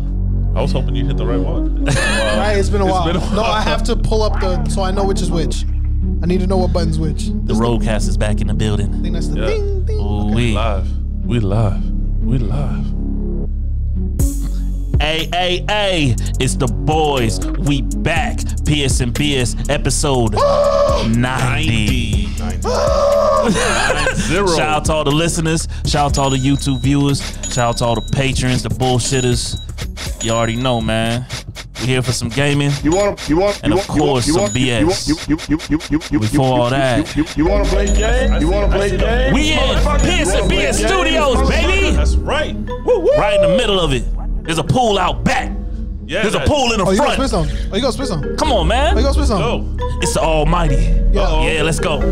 was hoping you hit the right one. Right, it's been a It's while. been a No, I while. have to pull up the so I know which is which. I need to know what button's which. The roadcast is back in the I building. think that's the Yeah. ding ding. Ooh, Okay. wee. live. We live. We live. Hey, hey, hey, it's the boys. We back. PS and BS episode 90. 90. Zero. Shout out to all the listeners. Shout out to all the YouTube viewers. Shout out to all the patrons, the bullshitters. You already know, man. we here for some gaming. You want to, you want, And you of want, you want- course, you some want, you BS. want- You, you, you, you, you, you, Before you- all you- that. you, you, you want to play games? You want to play games? We in PS and BS Studios, baby. That's right. Woo, woo. Right in the middle of it. There's a pool out back. Yeah, There's a that- pool in the Oh, you got spit front. zone. Oh, you got spit zone. Oh, Come on, you man. got spit zone. Go. It's the Almighty. uh, Uh-oh. Yeah, let's go. Lex.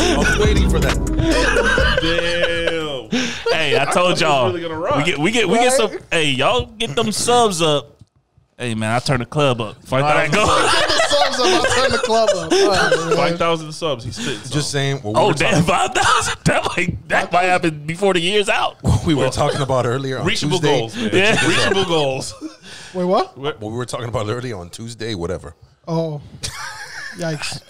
I'm waiting for that. Damn. hey, I thought told he was y'all. really gonna rock. we get we get we get some hey, y'all get them subs up. Hey man, I turn the club up. All right, go. Get the subs up. I'll turn the club up. All right, man. 5,000 subs. He spits. Just saying what we, Oh were, damn, five thousand. That might that might happen before the year's out. what we were talking about earlier on reachable Tuesday. goals. Man. Yeah. Reachable goals. Wait, what? What we were talking about earlier on Tuesday, whatever. Oh, yikes.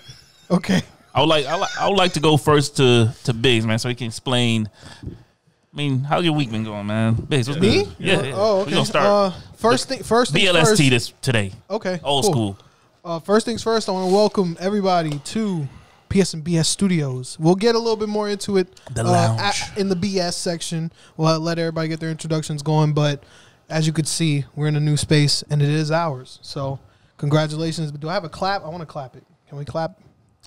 Okay. I would like I, like I would like to go first to to Biggs, man, so he can explain. I mean, how's your week been going, man? Biggs, what's Me? good? Yeah, yeah. Oh, We okay. gonna start Uh, first thing. First thing BLST first. this today. Okay. Old cool. school. Uh, first things first, I want to welcome everybody to PS and BS Studios. We'll get a little bit more into it The uh, lounge. at- in the BS section. We'll let everybody get their introductions going, but as you could see, we're in a new space and it is ours. So, congratulations. Do I have a clap? I want to clap it. Can we clap?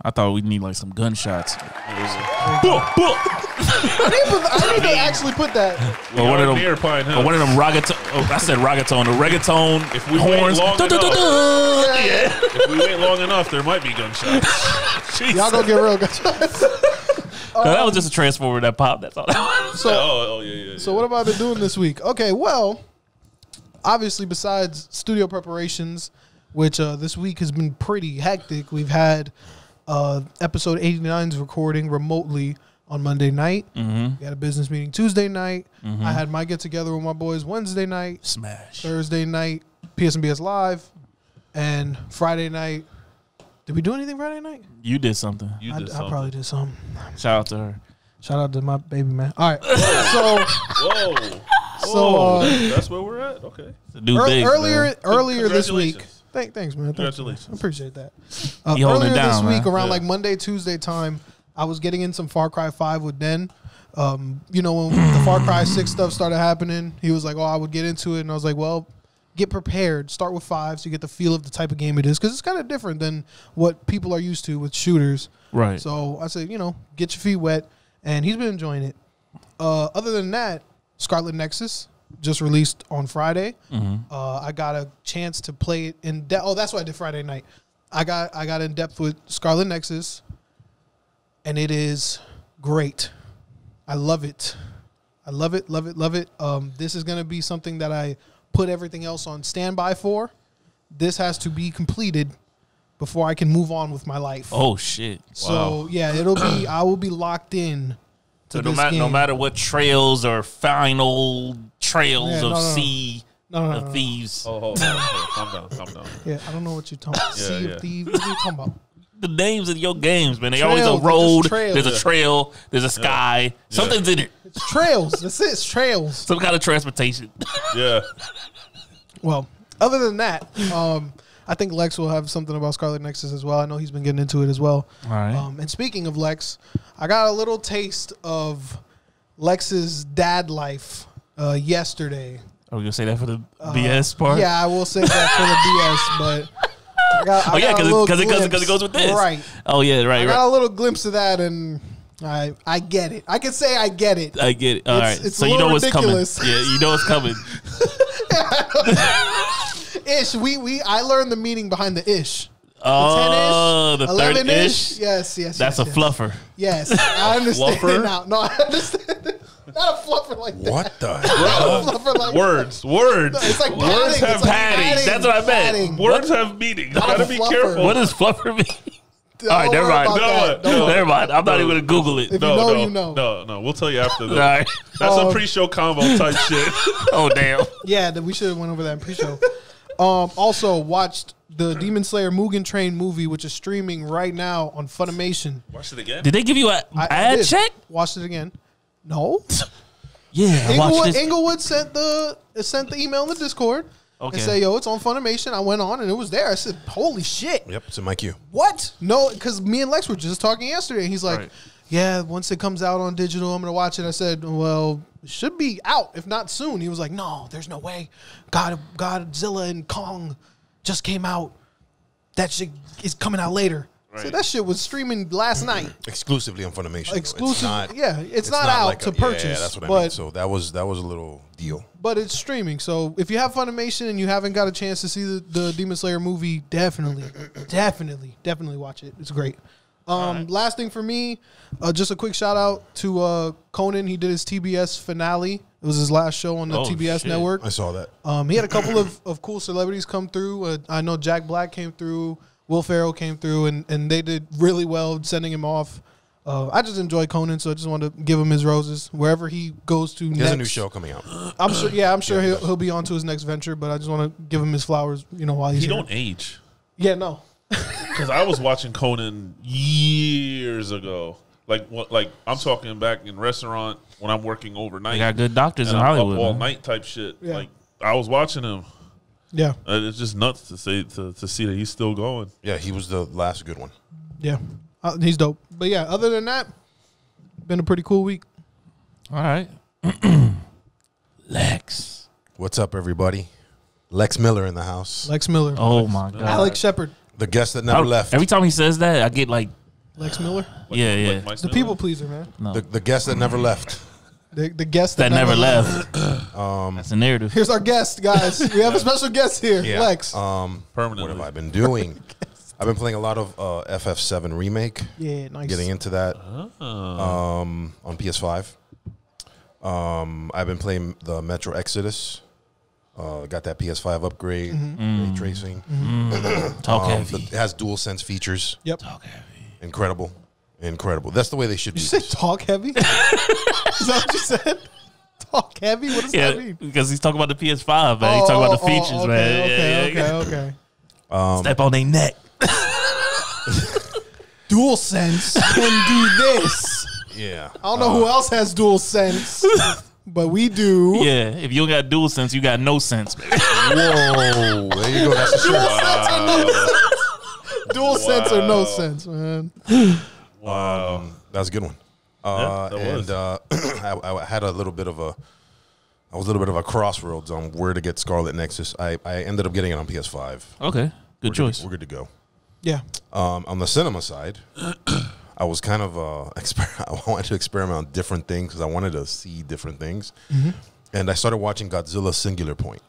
I thought we'd need like some gunshots. Boom, boom. I need to, I need to actually put that. Or one of them. Near Pine Hill. Or one of them reggaeton. Oh, I said reggaeton. The reggaeton. If we wait horns. long Dun, dun, dun, enough. dun. if we wait long enough, there might be gunshots. Y'all Jesus. gonna get real. guys. No, that was just a transformer that popped. That's all. That was. so, Oh, oh yeah, yeah. yeah. So what have I been doing this week? Okay, well, obviously besides studio preparations, which uh, this week has been pretty hectic, we've had uh, episode 89's recording remotely on Monday night. Mm-hmm. We had a business meeting Tuesday night. I had my get together with my boys Wednesday night, Smash. Thursday night, PSNBS live, and Friday night. Did we do anything Friday night? You did something. you I, did I something. probably did something. Shout out to her. Shout out to my baby man. All right, so. Whoa. So, Whoa. uh, that's where we're at. Okay. The dude Ear- Biggs, earlier, man. earlier this Congratulations. week. Thank, thanks, man. Thanks, man. Congratulations. I appreciate that. Uh, You holding earlier it this down, week, man. around Yeah. like Monday, Tuesday time, I was getting in some Far Cry Five with Den. Um, you know, when the Far Cry Six stuff started happening, he was like, "Oh, I would get into it," and I was like, "Well." Get prepared. Start with five, so you get the feel of the type of game it is, because it's kind of different than what people are used to with shooters. Right. So I said, you know, get your feet wet, and he's been enjoying it. Uh, other than that, Scarlet Nexus just released on Friday. Mm-hmm. Uh, I got a chance to play it in depth. Oh, that's what I did Friday night. I got I got in depth with Scarlet Nexus, and it is great. I love it. I love it, love it, love it. Um, this is going to be something that I put everything else on standby for. This has to be completed before I can move on with my life. Oh shit. So yeah, it'll be I will be locked in to So no this matter game. no matter what trails or final trails Yeah, of no, no, no. sea No, no, of no, no. thieves, Oh, hold on. Hold on. Calm down. Calm down. Yeah, I don't know what you're talking. about. Yeah, sea yeah. of Thieves. What are you talking about? the names of your games, man. They always Trails, a they're just road. trails. There's a trail. There's a sky. Something's in it. It's trails. That's it. It's trails. Some kind of transportation. Yeah. Well, other than that, um, I think Lex will have something about Scarlet Nexus as well. I know he's been getting into it as well. All right. Um, and speaking of Lex, I got a little taste of Lex's dad life uh, yesterday. Are we gonna say that for the BS part? uh, Yeah, I will say that for the BS, but. I got, I Oh yeah, got a because little it, cause it, goes- 'cause glimpse. it goes with this. Right. Oh yeah. Right. I right. got a little glimpse of that, and I I get it. I can say I get it. I get it. All right, It's- it's so a you little know what's ridiculous. coming. Yeah, you know what's coming. Ish. We we I learned the meaning behind the ish. Oh, the 10-ish, third ish. Yes, yes. That's a yes, yes. fluffer. Yes, I understand Fluffer? it now. No, I understand. it. Not a fluffer like that. What the hell? Not a fluffer like Words. Words. It's like padding. Words have it's like padding. That's what I meant. padding. Words have meaning. You Not a gotta be fluffer. careful. What does fluffer mean? All right, never worry mind. about No, that. Don't no, Never mind. I'm not even gonna Google it. If no, you know, no, you know. No, no, we'll tell you after All that. right. That's Oh. Um, a pre-show combo type shit. Oh damn. Yeah, that we should have went over that in pre-show. um, also watched the Demon Slayer Mugen Train movie, which is streaming right now on Funimation. Watch it again. Did they give you an I- I ad did. check? Watched it again. No, Yeah. I watched Inglewood, this. Inglewood sent the sent the email in the Discord. Okay. And say, yo, it's on Funimation. I went on and it was there. I said, holy shit. Yep, it's in my queue. What? No, because me and Lex were just talking yesterday, and he's like, Right. "Yeah, once it comes out on digital, I'm gonna watch it." I said, "Well, it should be out if not soon." He was like, "No, there's no way. God, Godzilla and Kong just came out. That shit is coming out later." So Right. that shit was streaming last night, Exclusively on Funimation. though. exclusive. not- yeah, it's, not, out like to a- yeah, purchase, Yeah, that's what I but mean. So that was that was a little deal. but it's streaming. So if you have Funimation and you haven't got a chance to see the, the Demon Slayer movie, definitely, definitely, definitely watch it. It's great. Um, Last thing for me, uh, just a quick shout out to uh, Conan. He did his TBS finale. It was his last show on the Oh, TBS shit. network. I saw that. Um, he had a couple of, of cool celebrities come through. Uh, I know Jack Black came through, Will Ferrell came through, and, and they did really well sending him off. Uh, I just enjoy Conan, so I just want to give him his roses wherever he goes to. There's next. a new show coming out. I'm sure. Yeah, I'm sure he'll, he'll be on to his next venture. But I just want to give him his flowers. You know, while he's He here. don't age. Yeah, no. Because I was watching Conan years ago. Like what? Like I'm talking back in restaurant when I'm working overnight. They got good doctors and in I'm Hollywood. Up all man. night type shit. Yeah. Like I was watching him. Yeah, And it's just nuts to say to, to see that he's still going. Yeah, he was the last good one. yeah. Uh, he's dope. But yeah, other than that, been a pretty cool week. All right. Lex. What's up, everybody? Lex Miller in the house. Lex Miller, Oh my god. Alex Shepard, the guest that I- never left. Every time he says that, I get like, Lex Miller, yeah, yeah. Like Mike the Miller. people pleaser, man. the, the guest that never left. The, the guest that never left. Um, That's a narrative. Here's our guest, guys. We have a special guest here, Lex. Uh, Um, what permanently. have I been doing? I've been playing a lot of uh, FF7 remake. yeah, nice. Getting into that Oh. um, on PS5. Um, I've been playing the Metro Exodus. Uh, got that PS5 upgrade, ray tracing. Talk Um, Mm-hmm. heavy. the- it has dual sense features. Yep. Talk heavy. Incredible, incredible. That's the way they should Did do. you say This. talk heavy? Is that what you said? Talk heavy. What does that Yeah, mean? because he's talking about the PS5, man. he's talking about the Oh, oh, features, okay, man. Yeah, Okay, yeah, yeah. okay, okay. Step on their neck. Dual sense can do this. Yeah, I don't know who Uh. else has dual sense, but we do. Yeah, if you don't got dual sense, you got no sense, man. Whoa, there you go. That's a shirt. Dual sense or no Wow. sense, man. Wow. That's a good one. Uh, Yeah, that and was. uh, I, I had a little bit of a, I was a little bit of a crossroads on where to get Scarlet Nexus. I, I ended up getting it on PS5. Okay, good We're choice. Good, we're good to go. Yeah. Um, on the cinema side, I was kind of uh, exper- I wanted to experiment on different things because I wanted to see different things, and I started watching Godzilla Singular Point.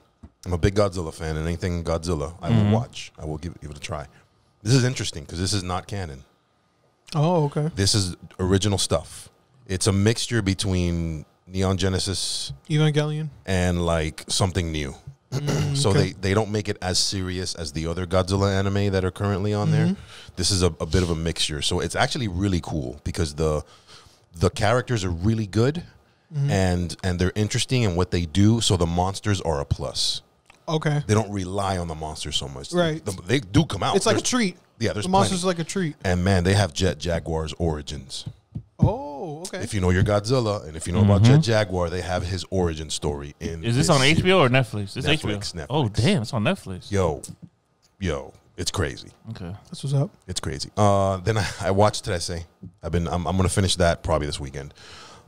I'm a big Godzilla fan, and anything Godzilla, I will watch. I will give, give it a try. This is interesting because this is not canon. Oh, okay. This is original stuff. It's a mixture between Neon Genesis Evangelion. and like something new. so Mm, okay. they, they don't make it as serious as the other Godzilla anime that are currently on there. Mm-hmm. This is a, a bit of a mixture. So it's actually really cool because the the characters are really good Mm-hmm. and and they're interesting in what they do. So the monsters are a plus. Okay. They don't rely on the monsters so much. Right. The- they do come out. It's like a There's- treat. Yeah, there's the monsters plenty. like a treat. And man, they have Jet Jaguar's origins. Oh, okay. Mm-hmm. If you know your Godzilla and if you know about Jet Jaguar, they have his origin story in Is this on series. HBO or Netflix? It's Netflix, HBO. Netflix. Oh damn, it's on Netflix. Yo, yo, it's crazy. Okay. That's what's up. It's crazy. Uh, then I, I watched. Did I say? I've been. I'm, I'm gonna finish that probably this weekend.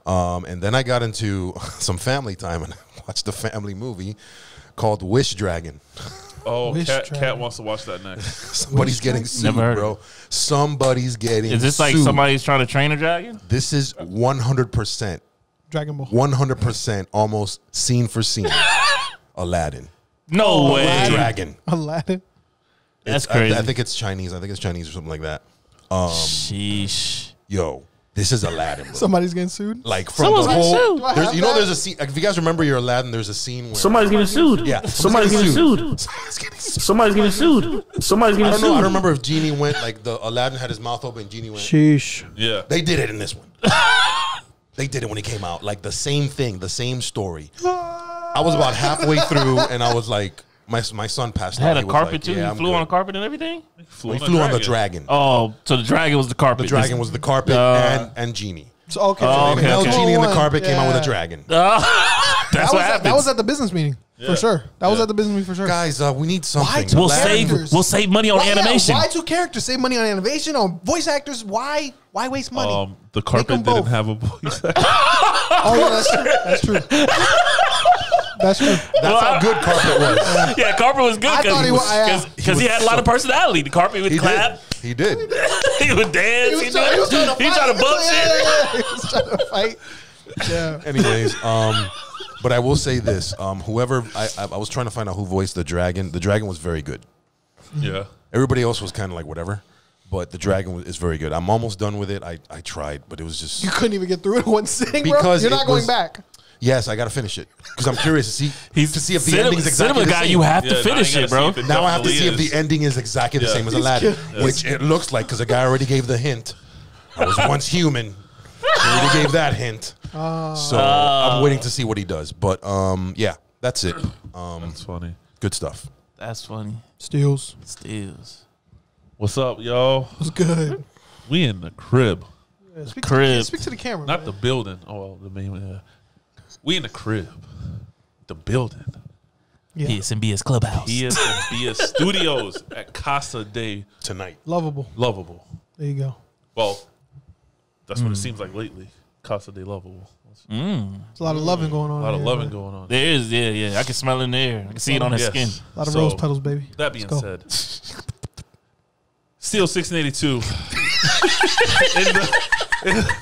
Um, and then I got into some family time and I watched a family movie called Wish Dragon. Oh, Wish cat, try. cat wants to watch that next. Somebody's getting sued, Never heard of bro. Somebody's getting. Is this like sued. somebody's trying to train a dragon? This is 100 percent, Dragon Ball. 100 percent, almost scene for scene. Aladdin, No way. Dragon. Aladdin. That's It's- I- crazy. I, think it's Chinese. I think it's Chinese or something like that. Sheesh. Yo, This is Aladdin, bro. Somebody's getting sued. like from Someone's the getting whole, sued. Do I there's, have you know, that? there's a scene. If you guys remember your Aladdin, there's a scene where Somebody's getting sued. Yeah, Somebody's getting sued. Somebody's getting sued. Somebody's getting sued. Somebody's I getting don't know. I don't sued. remember if Genie went like the Aladdin had his mouth open. and Genie went. Sheesh. Yeah. They did it in this one. they did it when it came out. Like the same thing, the same story. I was about halfway through, and I was like, my my son passed. It had out. a He was carpet like, too. "Yeah, you I'm flew good." on a carpet and everything. flew, He flew on the dragon. Oh, so the dragon was the carpet. The dragon was the carpet Uh, and, and genie. So, okay. Oh, And okay, El okay. genie and the 201, carpet came out with a yeah. dragon. That's That what was, at, happened. that was at the business meeting Yeah. for sure. That was at the business meeting for sure. Guys, uh, we need something. we'll Aladdin- save. characters. We'll save money on Why- yeah, animation. why two characters save money on animation on voice actors? Why why waste money? Um, the them carpet didn't both. have a voice. oh yeah, that's true. That's true. That's true. That's how good carpet was. yeah, carpet was good I thought he wa- yeah. because he, He was had a lot of so- personality. The carpet would He clap. did. He did. he would dance. He, did- he tried to bump Yeah, shit. yeah, yeah. He was trying to fight. Yeah. Anyways, um, but I will say this: um, whoever I, I, I was trying to find out who voiced the dragon. The dragon was very good. yeah. Everybody else was kind of like whatever, but the dragon was, is very good. I'm almost done with it. I, I tried, but it was just You couldn't even get through it in one sitting, bro. Because You're it not going was- back. yes, I got to finish it because I'm curious to see to see if the cinema, ending's exactly cinema the guy. same. You have Yeah, now to finish you it, bro. gotta see if it now I have to see if definitely the is. ending is exactly the Yeah. same as Aladdin, kidding. which it looks like because the guy already gave the hint. I was once human. He already gave that hint. Ah. so I'm waiting to see what he does. But um, yeah, that's it. Um, That's funny. good stuff. That's funny. Steals. Steals. What's up, y'all? It's good. We in the crib, Speak To, Crib. speak to the camera. not the man. building. Oh, well, the main. Uh, we in the crib, the building. Yeah. PSNBS Clubhouse. PS Studios at Casa de Tonight. lovable. Lovable. There you go. Well, that's Hmm. what it seems like lately. Casa de Lovable. There's a lot of loving going on. A lot of here, loving man. going on. There is, yeah, yeah. I can smell it in the air. I can see it on his Yes. skin. A lot of So, rose petals, baby. That being go. said, Steel 1682. in the, in the-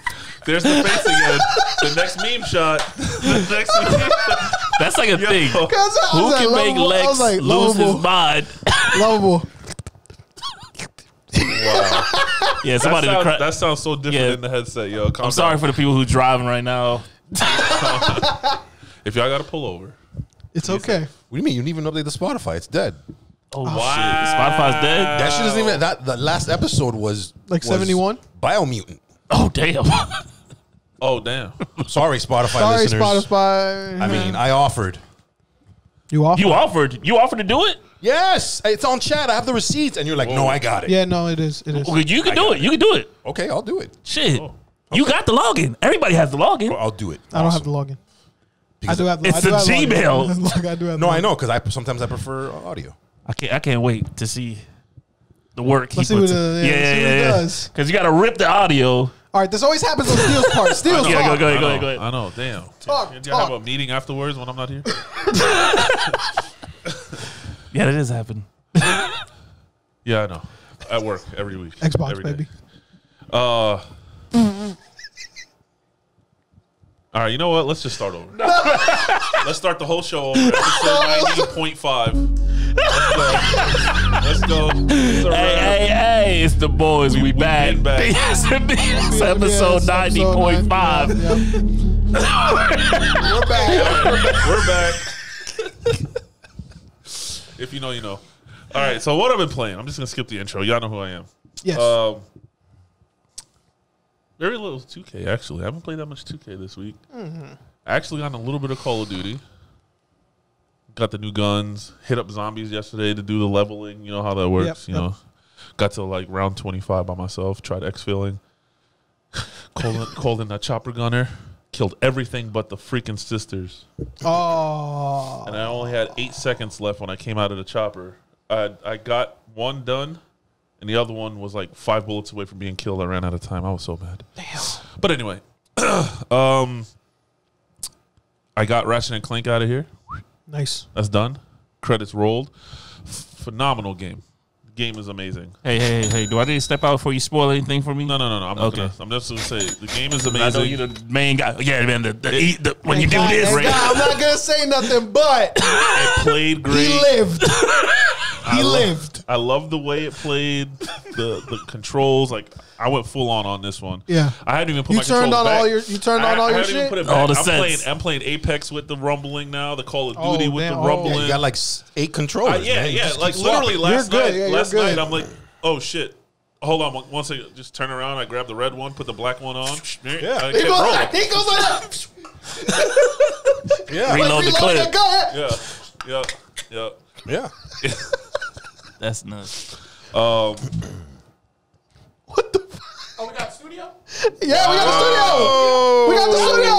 there's the face again. The next meme shot. The next meme shot. That's like a thing. Yo. Because I Who was can like, make lovable. I Lex was like, lose lovable. his mind? lovable. yeah, That somebody. to sounds, cry. that sounds so different Yeah. in the headset, yo. Calm I'm sorry down. for the people who driving right now. If y'all got to pull over. It's okay. What do you mean? You didn't even update the Spotify. It's dead. Oh, shit. Spotify's dead. That shit isn't Oh. even that. The last episode was Like was 71? Biomutant. oh damn. Oh, damn. Sorry, Spotify Sorry, listeners. Spotify. I mean, I offered. you off? you offered. You offered to do it. Yes, it's on chat. I have the receipts, and you're like, no, I got it. yeah, no, it is. It is. Okay, you can do it. You can do it. Okay, I'll do it. Shit. You got the login. Everybody has the login. I'll do it. I don't have Awesome. to log in. I Because- do have. The, It's I do the have login. Gmail. I do have- I do have No, login. I know because I sometimes I prefer audio. I can't. I can't wait to see the work. Let's he see puts what, in. uh, yeah, let's see what he does. Because you got to rip the audio. All right, this always happens on Steel's part. Steel's Yeah, go, part. go ahead, go I know, ahead, go ahead. I know. Damn. Talk, Y'all talk. have a meeting afterwards when I'm not here? Yeah, that is happening. yeah, I know. At work every week. Xbox, every day. baby. All right, you know what? Let's just start over. Let's start the whole show over. Episode 90.5. Let's go. Let's go. It's Hey, a wrap. hey, hey! It's the boys. We, back. been back. Yes, it is. Yeah, Episode it's ninety point five. Yeah, yeah. We're back. We're back. if you know, you know. All right, so what I've been playing, I'm just going to skip the intro. Y'all know who I am. Yes. Uh, Um, very little 2K, actually. I haven't played that much 2K this week. Mm-hmm. I actually got in a little bit of Call of Duty. Got the new guns. Hit up zombies yesterday to do the leveling. You know how that works. Yep, you yep. know, got to like round 25 by myself. Tried exfilling. called, in, called in a chopper gunner. Killed everything but the freaking sisters oh, and I only had eight seconds left when I came out of the chopper. I I got one done, and the other one was like five bullets away from being killed. I ran out of time. I was so mad. Damn. But anyway, um, I got Ratchet and Clank out of here. nice. That's done. Credits rolled. Phenomenal game. The game is amazing. Hey, hey, hey, hey! Do I need to step out before you spoil anything for me? No, no, no, no. I'm not Okay. gonna. I'm just gonna say the game is I know amazing. you the main guy. Yeah, man. The, the, the, when you do God, this, thank God. I'm not gonna say nothing, but it played he great. lived. He lived. I love the way it played, the the controls. Like I went full on on this one. Yeah. I hadn't even put You my turned controls on back. all your- you turned I- on all I your haven't even shit? Put it All back. the I'm sets. playing. I'm playing Apex with the rumbling now. The Call of Oh, Duty with damn. the Oh. rumbling. Yeah, you got like s- eight Uh, controllers. yeah, man. You yeah. just Like keep literally swapping. last You're good, night. yeah, you're last good. night, I'm like, oh shit. Hold on one, one second. Just turn around. I grab the red one, put the black one on. Yeah, I He kept goes rolling. like, he goes like, Yeah, Reload the reload clip. that gun. yeah, yeah, yeah. yeah. That's nuts. Yeah, we got the studio. We got the studio.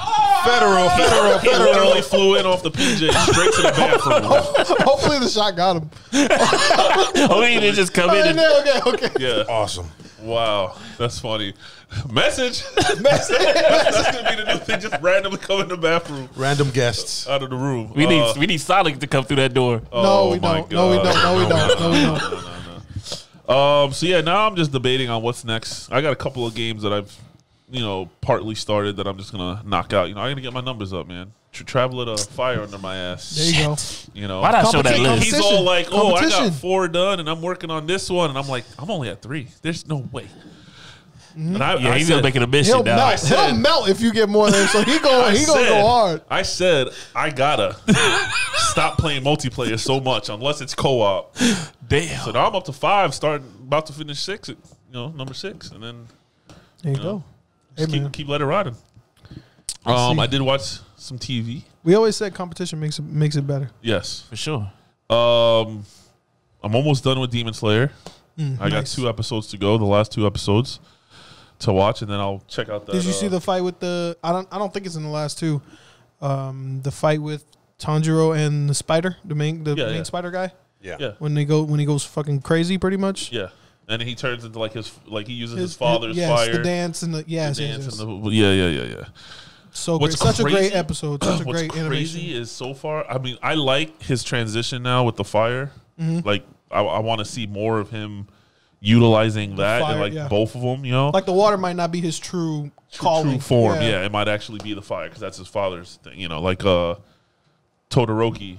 Oh, Federal, federal, he federal. literally flew in off the PJ straight to the bathroom. Hopefully the shot got him. Oh, he didn't just come in. And, Okay, okay. Yeah. Awesome. Wow, that's funny. Message. Message. that's gonna be the new thing. Just randomly come in the bathroom Random guests. out of the room. we need Uh, we need Sonic to come through that door. No, Oh we my don't. No, we God. don't. No, we don't. No, we don't. Um, so yeah, now I'm just debating on what's next. I got a couple of games that I've, you know, partly started that I'm just gonna knock out. You know, I gotta get my numbers up, man. Tra- travel at a fire under my There ass. you go. You know, Why not show that Competition, list? he's all like, "Oh, I got Competition. four done, and I'm working on this one," and I'm like, "I'm only at three. There's no way." And I, Yeah, I he's said, gonna make it a He'll mission now. melt. He'll melt if you get more than him. So he I going. He gonna said- go hard. I said I gotta stop playing multiplayer so much unless it's co-op. Damn. So now I'm up to five, starting about to finish six. At, you know, number six, and then There you go. Hey Just man, keep, keep let it ride him. Um, see. I did watch some TV. we always said competition makes it makes it better. Yes. For sure. Um, I'm almost done with Demon Slayer. I got Mm, nice. two episodes to go. The last two episodes to watch, and then I'll check out that. Did you uh, see the fight with the? I don't. I don't think it's in the last two. Um, the fight with Tanjiro and the spider, the main, the Yeah, main yeah. spider guy. Yeah. When they go, when he goes fucking crazy, pretty much. Yeah. And he turns into like his like he uses his, His- father's yes, fire. the dance and the yes, the yes, dance yes. and the- yeah, yeah, yeah, yeah. so great. What's such a great crazy- episode, such a What's great crazy animation. is so far. I mean, I like his transition now with the fire. Mm-hmm. Like, I, I want to see more of him utilizing that fire, and like yeah. both of them. You know, Like the water might not be his true, calling true form. Yeah. it might actually be the fire because that's his father's thing. You know, like uh, Todoroki,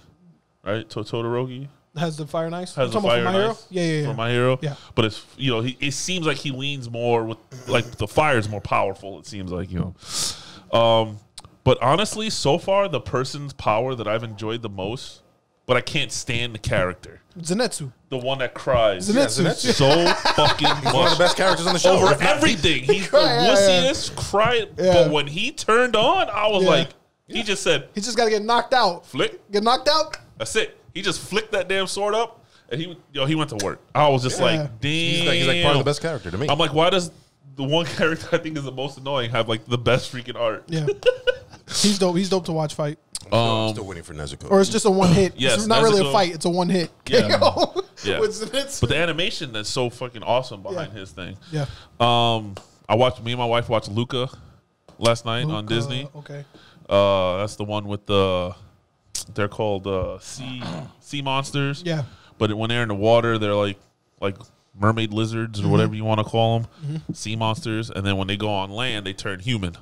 right? To- Todoroki has the fire and ice. has You a talking about fire from my and hero. ice Yeah, yeah, yeah. for my hero. Yeah. but it's you know he, it seems like he leans more with like the fire is more powerful. It seems like you know. Um, but honestly, so far the person's power that I've enjoyed the most, but I can't stand the character, Zenetsu. the one that cries. Zenetsu. Zenetsu. So fucking One of much the best characters on the show. over everything. He's the cried, yeah, yeah. wussiest cry. Yeah. But when he turned on, I was Yeah. like, he just said, He just got to get knocked out. flick. Get knocked out. That's it. He just flicked that damn sword up, and he yo he went to work. I was just like, Yeah. damn. He's He's like, he's like part of the best character to me. I'm like, why does the one character I think is the most annoying have like the best freaking art? Yeah. He's dope. He's dope to watch fight. I'm still waiting for Nezuko. Or it's just a one hit. Yes, it's that's not really a a good- fight. It's a one hit. Yeah. KO. Yeah. With Zenitsu. But the animation that's so fucking awesome behind his thing. yeah. Um, I watched me and my wife watched Luca last night on Luca, Disney. Okay. Uh, that's the one with the they're called uh, sea sea monsters. Yeah. But when they're in the water, they're like like mermaid lizards or Mm-hmm. whatever you want to call them, sea monsters. And then when they go on land, they turn human.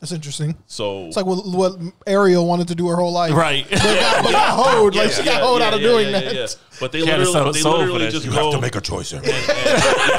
That's interesting. So It's like what, what Ariel wanted to do her whole life. Right. But got hoed. like she got hoed out of doing that. But they She had a literally, soul- they soul for literally that just shit. go. a choice here. even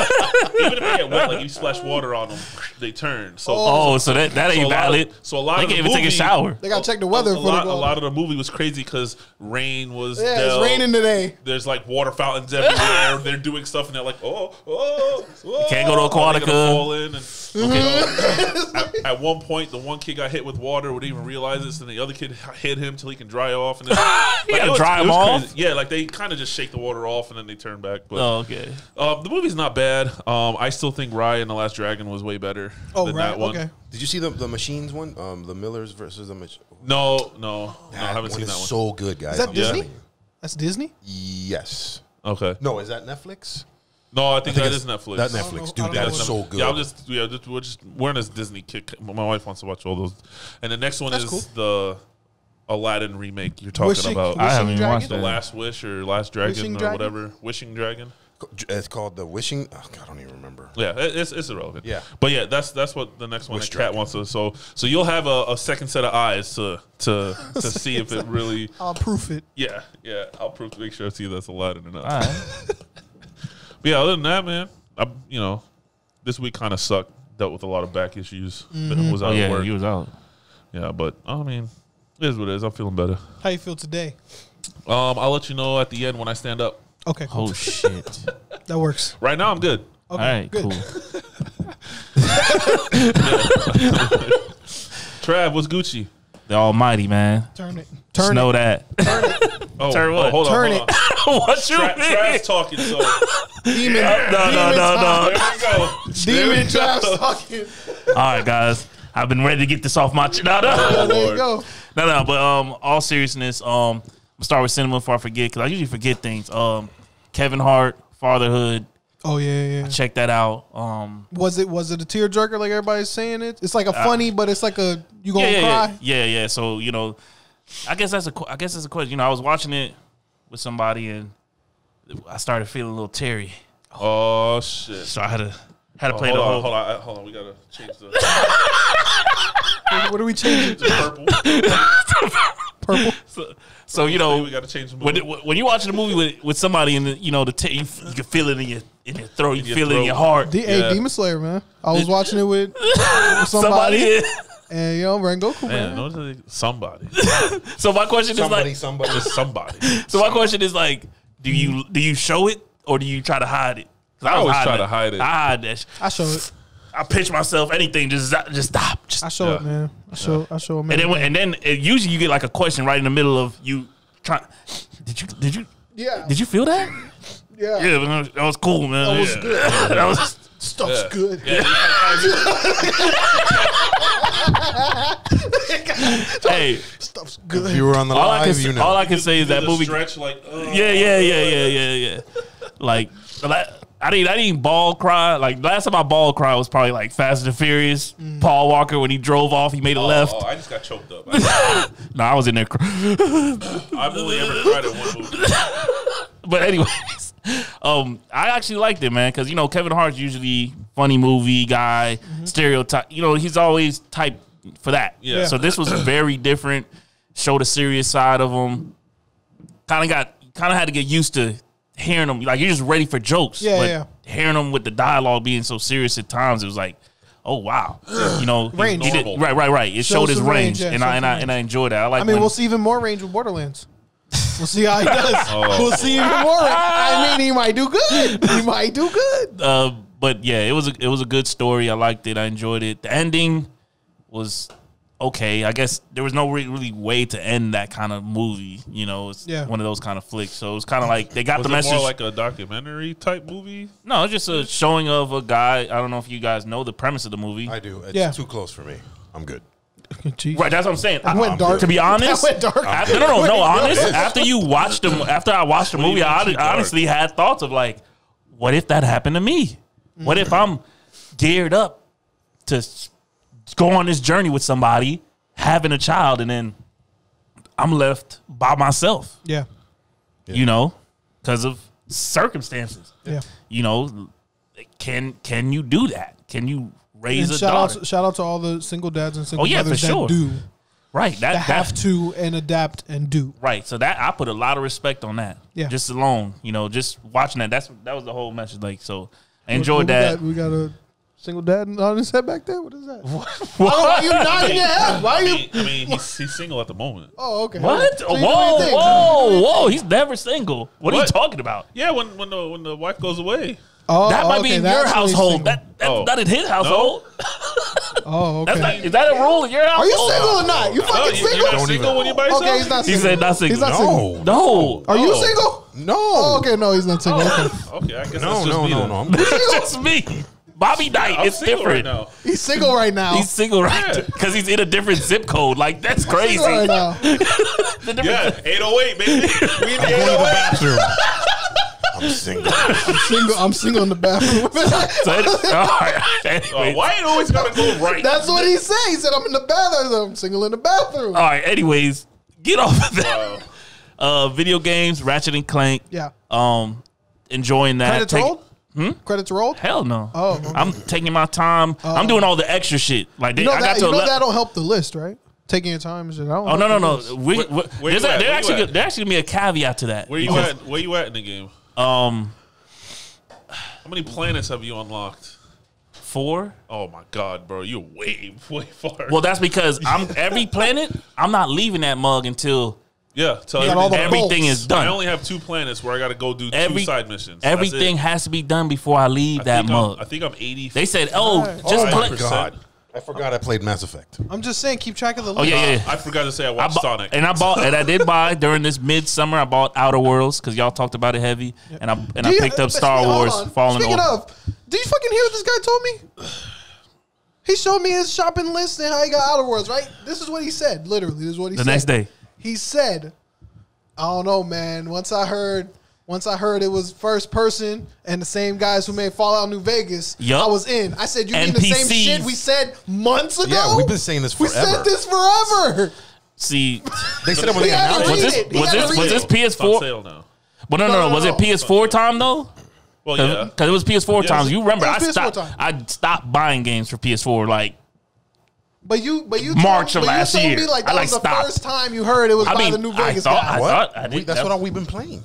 if they get wet, like you splash water on them, they turn. So oh, so that, that so ain't a lot of- valid. so a lot they of can't the even take a movie- shower. They got to check the weather a, for lot, the a lot of the movie was crazy because rain was Yeah, dealt. it's raining today. There's like water fountains everywhere. they're doing stuff, and they're like, oh, oh, oh. Can't go to Are they gonna Aquatica. fall in and- at, at one point, the one kid got hit with water, would even realize this, and the other kid hit him till he can dry off. And then, You Like, it gotta was- dry it them was off. crazy. Yeah, like they kind of just shake the water off, and then they turn back. But Oh, okay. um, the movie's not bad. Um, I still think Raya and the Last Dragon was way better Oh, than right. that one. Okay. Did you see the, the machines one? Um, the Millers versus the machines. No, no, no, I haven't seen is that one. So good, guys. Is that I'm Disney? telling you. That's Disney? Yes. okay, No, is that Netflix? no, I think, that it's- is Netflix. That I don't know. I Netflix, don't dude. know That That's was Netflix. so good. Yeah, I'm just yeah, just, we're just we're in this Disney kick. My wife wants to watch all those, and the next one That's is cool. the Aladdin remake you're talking Wishing- about. I haven't Wishing even Dragon? watched the that. Last Wish or Last Dragon Wishing or Dragon? whatever, Wishing Dragon. It's called the Wishing. Oh, God, I don't even remember. Yeah, it- it's, it's irrelevant. Yeah. but yeah, that's that's what the next one Wish that Cat Dragon. wants to. So so you'll have a, a second set of eyes to to to see if it really. I'll proof it. Yeah, yeah. I'll prove make sure I see that's Aladdin or not. All right. But yeah, other than that, man, I you know, this week kind of sucked. Dealt with a lot of back issues. Was out Oh, of yeah, work. you was out. yeah, but I mean, it is what it is. I'm feeling better. How you feel today? Um, I'll let you know at the end when I stand up. Okay, cool. Oh shit! that works. Right now, I'm good. Okay, All right, good. cool. Trav, what's Gucci? The Almighty man. Turn it. Turn Know it. that. Oh, Turn oh what? hold on, Turn hold it. on. what you Tra- mean? Trav's talking, so Demon. No, no, no, there we go. Demon There we traps go. talking. no. All right, guys. I've been ready to get this off my. Ch- no, no. Oh, there Lord. you go. No, no, but um, all seriousness, um, I'm gonna start with cinema before I forget because I usually forget things. Um, Kevin Hart, Fatherhood, Oh yeah, yeah, yeah. check that out. Um, Was it was it a tearjerker like everybody's saying it? It's like a funny, but it's like a you gonna Ah. yeah, yeah, cry. yeah, yeah, yeah. So you know, I guess that's a, que- I guess that's a question. You know, I was watching it with somebody and I started feeling a little teary, Oh shit. so I had to had to play Oh, the hold whole. on, hold on, I- hold on. We gotta change the What are we changing? to purple. Oh, Purple. So you we know, gotta change the when movie. it- when you're watching a movie with, with somebody and the, you know the te- you, f- you can feel it in your in your throat, you your feel it in throat. your heart. D- hey, Yeah. Demon Slayer, man. I was watching it with somebody, Somebody, and you know Rengoku, man. Man, don't they- somebody, so my question is Somebody, like, somebody. just somebody. So my question is like, do you do you show it or do you try to hide it? 'Cause I was always try hiding to hide it. I hide that. sh- I show it. I pinch myself. Anything, just just stop. Just I show it, Yeah. man. I show. I show it, man. and then when- and then uh, usually you get like a question right in the middle of you trying. Did you did you yeah, did you feel that? yeah, Yeah, man, that was cool, man. That was good. that was Stuff's good. hey. Stuff's good. If you were on the All I can live, s- you know. all I can say is that The movie. stretch like uh, Yeah, yeah, yeah, yeah, yeah, yeah. like, like, I didn't, I didn't ball cry. Like last time I ball cried was probably like Fast and Furious. Paul Walker when he drove off, he made a oh, left. Oh, I just got choked up. I, No, I was in there. cr- I've only ever cried at one movie. But anyways, um, I actually liked it, man, because you know Kevin Hart's usually funny movie guy, Mm-hmm. stereotype. You know, he's always type for that. Yeah. So this was very different. Showed a serious side of him. Kind of got, kind of had to get used to hearing him. Like you're just ready for jokes. Yeah, but yeah. Hearing him with the dialogue being so serious at times, it was like. Oh wow! You know, he- Range. he did- Normal. right, right, right. It showed his some range, range, yeah, and showed I and some I and I enjoyed that. I like. I mean, when- we'll see even more range with Borderlands. We'll see how he does. Oh. We'll see even more. range. I mean, he might do good. He might do good. uh, but yeah, it was a, it was a good story. I liked it. I enjoyed it. The ending was okay. I guess there was no re- really way to end that kind of movie. You know, it's Yeah. one of those kind of flicks. So it was kind of like they got Was the it message. more like a documentary type movie? no, it's just a showing of a guy. I don't know if you guys know the premise of the movie. I do. It's Yeah. too close for me. I'm good. Right, that's what I'm saying. I, went I'm dark. good. To be honest, That went dark. after- no, no, no, no. Wait, Honest, after you watched the, after I watched the do you movie, mean I, too hon- dark? honestly had thoughts of like, what if that happened to me? What if I'm geared up to s- go on this journey with somebody, having a child, and then I'm left by myself? Yeah, You know, because of circumstances. yeah. You know, can can you do that? Can you raise And a shout out, daughter? to, shout out to all the single dads and single Oh, yeah, mothers for sure. that do right. That that that- have to and adapt and do. Right. So that I put a lot of respect on that. Yeah. Just alone, you know, just watching that. That's that was the whole message. Like, so I enjoyed What that. We got, we got a single dad in the audience head back there. What is that? Oh, Why are you nodding your head? Why I are you? mean, I mean he's, he's single at the moment. Oh, okay. What? So you know what you whoa, think. whoa, whoa! He's never single. What, are you What? talking about? Yeah, when when the when the wife goes away. Oh, That might okay, be in that's your when he's household. single. That, that Oh. not in his household. oh, okay. That's Oh, not, is that a rule in your are household? you single or not? You No, fucking Oh, you, you're single? not single when you're by yourself. Okay, he's not He single. said not single. He's not single. No. No. Are you Oh. single? No. Oh, okay, no, he's not single. Okay. Okay, I guess No, that's just no, me no, then. no. I'm good. It's just me. Bobby Knight I'm It's single different. right now. He's single right now. He's single right Yeah. because he's in a different zip code. Like that's crazy. single right now. The different- Yeah, 808, baby. We need Going to the 808. bathroom. I'm single. Single. I'm single in the bathroom. So it- all right. Uh, Anyways. why it always gotta go right? That's what he said. He said, "I'm in the bathroom. I'm single in the bathroom." All right. Anyways, get off of that. Wow. Uh, video games, Ratchet and Clank. yeah. Um, enjoying that. Credits Take- Hmm? rolled. Credits rolled. Hell no. Oh, okay. I'm taking my time. I'm doing all the extra shit. Like they, You know, I got that, to. you know ele- that'll help the list, right? Taking your time is. oh no no no. We, Where- we- where there's you a- there at? Where you actually at? Oh. there actually gonna be a caveat to that. Where you Because, at? Where you at in the game? Um, How many planets have you unlocked? Four. Oh my god, bro, you're way, way far. Well, that's because I'm every planet. I'm not leaving that mug until yeah, tell got all the everything bolts. is I done. only have two planets where I got to go do Every- two side missions. That's it. Everything has to be done before I leave I that think I'm- mug. I think I'm 80. they said, "Oh, just oh play." my 100%. god! I forgot I played Mass Effect. I'm just saying, keep track of the. Oh yeah, yeah. yeah. I forgot to say I I watched bought, Sonic. And I bought and I did buy during this midsummer. I bought Outer Worlds because y'all talked about it heavy, and I and I Do you- picked up but Star speaking- hold Wars on. Fallen Speaking Order. of, did you fucking hear what this guy told me? He showed me his shopping list and how he got Outer Worlds. Right? This is what he said. Literally, this is what he The said. next day. he said, "I don't know, man. Once I heard." Once I heard it was first person and the same guys who made Fallout New Vegas, Yup. I was in. I said, "You mean the same NPCs. shit we said months ago?" Yeah, we've been saying this We forever. said this forever. See, They said it when We they had to announced was it. read this it. Oh, He was had to this read was this it. It's on PS4? sale now. But no, no, No, no. no, Was it no. PS4 time though? Well, yeah. Because it was PS4 Yeah, times. it You remember? it I was PS4 stopped. time. I stopped buying games for PS4. Like But you, but you, March told, of but you last told year. Me, like I, that like, was the stopped. first time you heard it was I by mean, the New I Vegas thought- guy. I thought I We- did- that's that- what all we've been playing.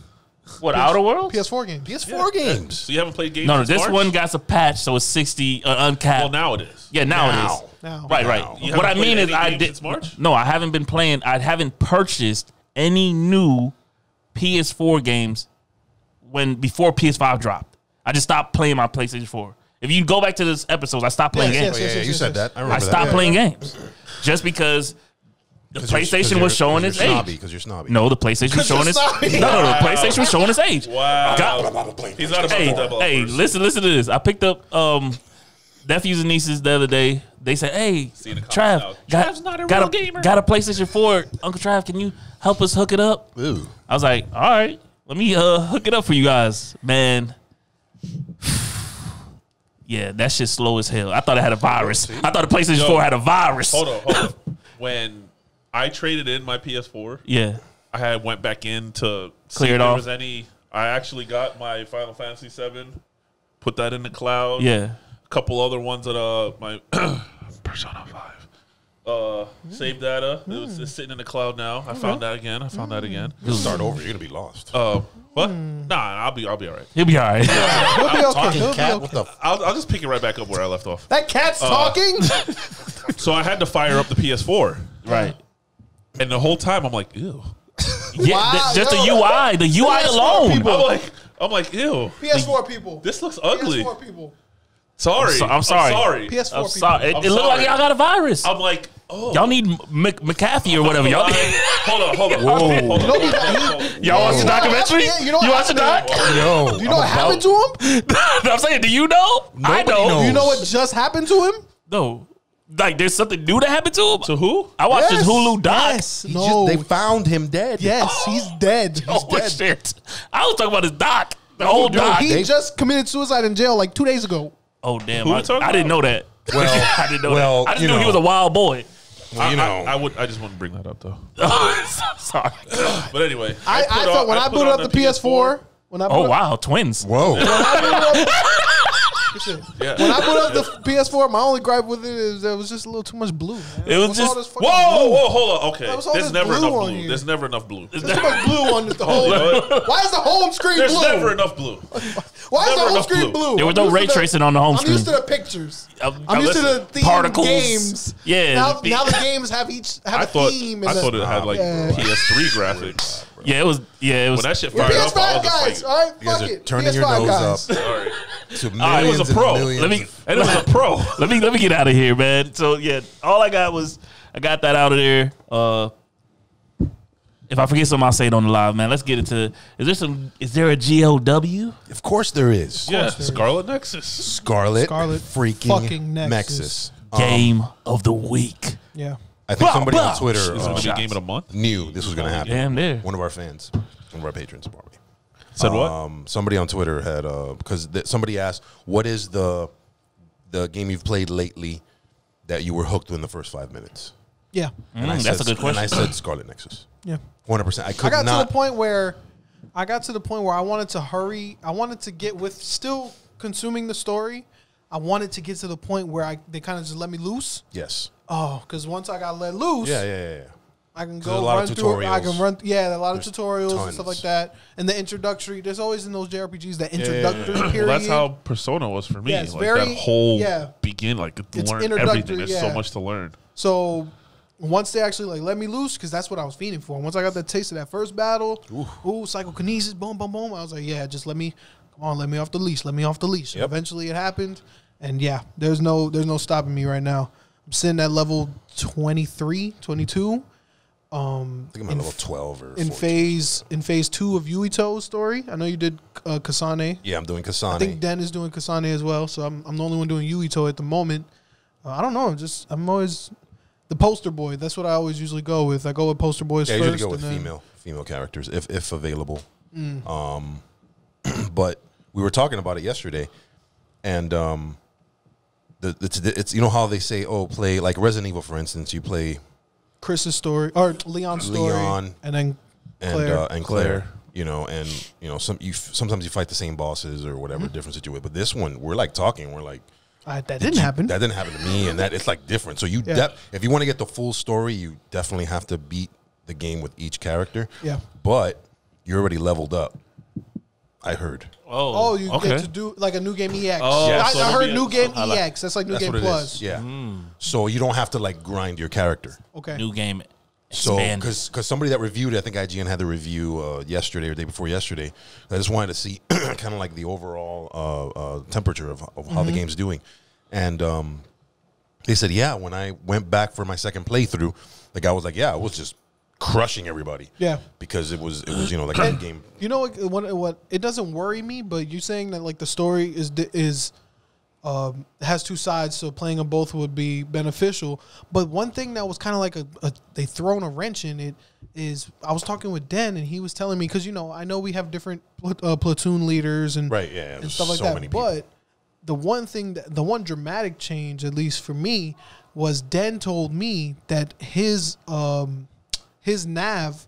what? Outer Worlds? PS4 game. PS4 Four games. So you haven't played games? no, no. since This March? one got a patch, so it's sixty uh, uncapped. Well, now it is. yeah, now, Now. it is. now. Right, You right. haven't What I mean played is, any I games did. since March? No, I haven't been playing. I haven't purchased any new PS4 games when before PS5 dropped. I just stopped playing my PlayStation 4. If you go back to this episodes, I stopped playing Yes, games. Oh, yes, yeah, yes, yeah, yes, you yes, said yes. that. I remember I stopped that. playing games just because the 'Cause you're- 'cause PlayStation you're- was showing 'cause its you're age. snobby, Because you're snobby. No, the PlayStation was showing you're its sorry. no, no, no. The PlayStation was showing its age. Wow. God- He's not about hey, the developers. hey, listen, listen to this. I picked up um nephews and nieces the other day. They said, "Hey, See in the comments Trav, now, got, Trav's not a got real a, gamer." Got a PlayStation Four. Uncle Trav, can you help us hook it up?" Ooh. I was like, "All right, let me uh, hook it up for you guys, man." Yeah, that shit slow as hell. I thought it had a virus. I thought the PlayStation Yo, 4 had a virus. Hold on, hold on. When I traded in my PS4, Yeah. I had went back in to see Clear it if there off. was any. I actually got my Final Fantasy VII, put that in the cloud. Yeah. a couple other ones that uh my Persona Five. Uh, save data. It was Hmm. it's sitting in the cloud now. I found that again. I found that again. Start over. You're gonna be lost. Uh, what? Nah, I'll be. I'll be all right. He'll be all right. He'll be okay. Fucking He'll be cat. okay. What the? F- I'll, I'll just pick it right back up where I left off. That Uh, cat's talking. So I had to fire up the PS4, right. and the whole time I'm like, ew. Yeah, Wow, th- just yo. the UI, the UI That's alone. what I'm like, I'm like, ew. PS4 people. This looks ugly. PS4 people. Sorry. so- I'm sorry. sorry. PS4 I'm people. sorry. It, I'm it looked sorry. like y'all got a virus. I'm like, oh. y'all need Mc- McAfee or whatever. Y'all, hold on, hold on. Hold on, hold on, hold on, hold on. y'all watch the You know what documentary? happened? You, You know what watch the doc? happened? Yo, You know what happened to him? I'm saying, do you know? I Nobody know. knows. You know what just happened to him? No. Like, there's something new that happened to him? To who? I watched Yes. this Hulu doc. Yes. He No. just- they found him dead. yes, he's dead. Oh, shit. I was talking about his doc. The old dude, doc. He They- just committed suicide in jail like two days ago. oh, damn. Who I, we talking I didn't know about? that. Well, I didn't know well, that. I just you knew he know. was a wild boy. Well, you know. I, I, I would. I just wouldn't bring that up though. Sorry. But anyway, I, I, put felt on- when I, put booted on up the PS4, when I Oh, booted- wow. Twins. Whoa. Yeah. When I booted up the PS4, my only gripe with it is there was just a little too much blue. man. It was What's just- all this fucking Whoa, blue? whoa, hold on. Okay, was all there's this never blue enough on blue. here. There's never enough blue. There's too much blue on the whole. What? Why is the home screen There's blue? never enough blue. Why is never the home enough screen blue. blue? There was no I'm used ray to tracing on the home screen. I'm used to the pictures. I'm- I'm I used to listen. the themed Particles. games. Yeah. Now, now the games have each have I a thought. theme. I and a- Ah, thought it had like Yeah. PS3 graphics. Yeah, it was. Yeah, it was. When that shit We're fired up, I PS5 was just guys, like, all right? You guys Fuck are it. turning your PS5 nose guys. up all right. to millions I was a and pro. millions Let me- of- And it was a pro. let me let me get out of here, man. So yeah, all I got was I got that out of there. Uh if I forget something, I'll say it on the live, man. Let's get into is there some is there a GLW? Of course there is. Yeah, there is. Scarlet Nexus. Scarlet, Scarlet freaking fucking Nexus. Uh, Nexus. Um, Game of the week. Yeah. I think Blah, somebody blah. on Twitter This is uh, gonna be shots. game of the month. knew this was going to happen. Damn there. One of our fans, one of our patrons, probably. Said what? Um, somebody on Twitter had because th- somebody asked, "What is the the game you've played lately that you were hooked in the first five minutes?" Yeah. And I Mm, that's said- a good question. And I said Scarlet Nexus. Yeah. One hundred percent. I could I got not. to the point where I got to the point where I wanted to hurry. I wanted to get with still consuming the story. I wanted to get to the point where I they kind of just let me loose. Yes. Oh, because once I got let loose, Yeah, yeah, yeah. yeah. I can there's go a lot run of through. I tutorials. can run. Yeah, a lot of There's tutorials and stuff tons. like that. And the introductory. There's always in those JRPGs that yeah, yeah. introductory Well, period. that's how Persona was for me. Yeah, it's like very- that whole yeah. begin, like It's learn introductory, everything. There's yeah. so much to learn. So once they actually like let me loose, because that's what I was fiending for. Once I got that taste of that first battle, ooh, psychokinesis, boom, boom, boom. I was like, yeah, just let me, come on, let me off the leash, let me off the leash. Yep. Eventually, it happened, and yeah, there's no there's no stopping me right now. I'm sitting at level 23, 22 I think I'm at level 12 or in 14. phase in phase two of Yuito's story. I know you did uh, Kasane. Yeah, I'm doing I think Kasane. Den is doing Kasane as well, so I'm, I'm the only one doing Yuito at the moment. Uh, I don't know. I'm just I'm always the poster boy. That's what I always usually go with. I go with poster boys Yeah, I first. usually go with and then- female female characters if if available. Um, but we were talking about it yesterday, and um, the, it's it's you know how they say oh play like Resident Evil for instance you play Chris's story or Leon's story, Leon. and then and Claire. uh, and Claire, you know, and you know, some you f- sometimes you fight the same bosses or whatever Mm-hmm. different situation. But this one, we're like talking, we're like All right, that didn't you- happen. That didn't happen to me, and that it's like different. So you, Yeah. def- if you want to get the full story, you definitely have to beat the game with each character. Yeah. but you're already leveled up. I heard. oh, you okay. get to do like a new game EX. Oh, I, so I it'll heard be a- new game I like- EX. That's like new That's game what it is. plus. Yeah. So you don't have to like grind your character. Okay. New game. So, expanded. because somebody that reviewed, it, I think IGN had the review uh, yesterday or the day before yesterday. I just wanted to see kind of like the overall uh, uh, temperature of, of how the game's doing, and um, they said, yeah, when I went back for my second playthrough, the guy was like, yeah, I was just crushing everybody, Yeah. because it was it was you know like a game. You know what, what? What? It doesn't worry me, but you saying that like the story is di- is um, has two sides, so playing them both would be beneficial. But one thing that was kind of like a, a they thrown a wrench in it is I was talking with Den and he was telling me because you know I know we have different pl- uh, platoon leaders and Right, yeah, and there's stuff like so that. many people. but the one thing that the one dramatic change, at least for me, was Den told me that his um his nav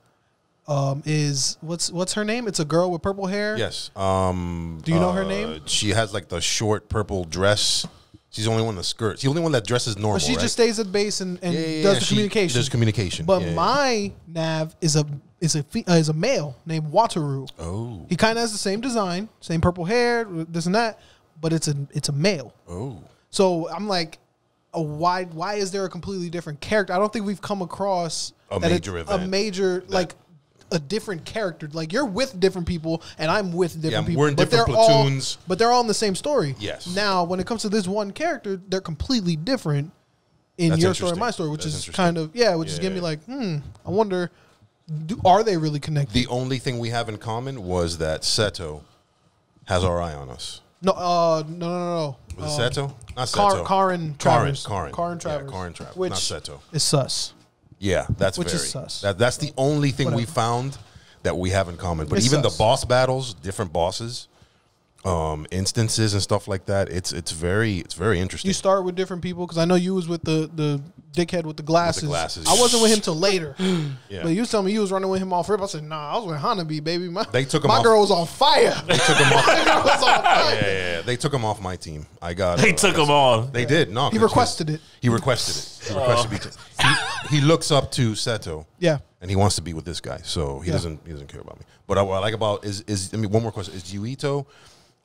um is what's what's her name? It's a girl with purple hair. Yes, um, Do you know her uh, name? She has like the short purple dress. She's the only one in the skirt. She's the only one that dresses normal. But she right? just stays at base and, and Yeah, yeah, does yeah, the she communication. does communication, But yeah, yeah. my nav is a is a fe- uh, is a male named Wataru. oh He kind of has the same design, same purple hair, this and that, but it's a it's a male. oh. So I'm like, a why why is there a completely different character? I don't think we've come across A that major it's A event major like a different character. Like you're with different people, and I'm with different people. we're in but different they're all- platoons. but they're all in the same story. Yes. Now, when it comes to this one character, they're completely different in That's your story and interesting. my story, which That's is interesting. kind of yeah, which is getting me like, hmm, I wonder, do, are they really connected? The only thing we have in common was that Seto has our eye on us. no, uh, no, no, no, no. Was Um, it Seto? Not Car- Seto. Karin Travers. Karin. Karin Travers. Yeah, Karin Travers. Which not Seto. is sus. Yeah, that's which is very. sus. That, that's the only thing we Whatever. found that we have in common. But It's even sus. the boss battles, different bosses, um, instances and stuff like that. It's it's very it's very interesting. you start with different people because I know you was with the the dickhead with the glasses. glasses, I yeah. wasn't with him till later. Yeah. But you was telling me you was running with him off rip. I said, Nah, I was with Hanabi, baby. My, They took him my off- girl was on fire. They took him off. was on fire. yeah, yeah, yeah. they took him off my team. I got. They uh, took them all. They did. No, He requested it. He requested it. He requested because he, he looks up to Seto. Yeah. And he wants to be with this guy, so he Yeah. doesn't he doesn't care about me. But I, what I like about is is I mean one more question is Yuito,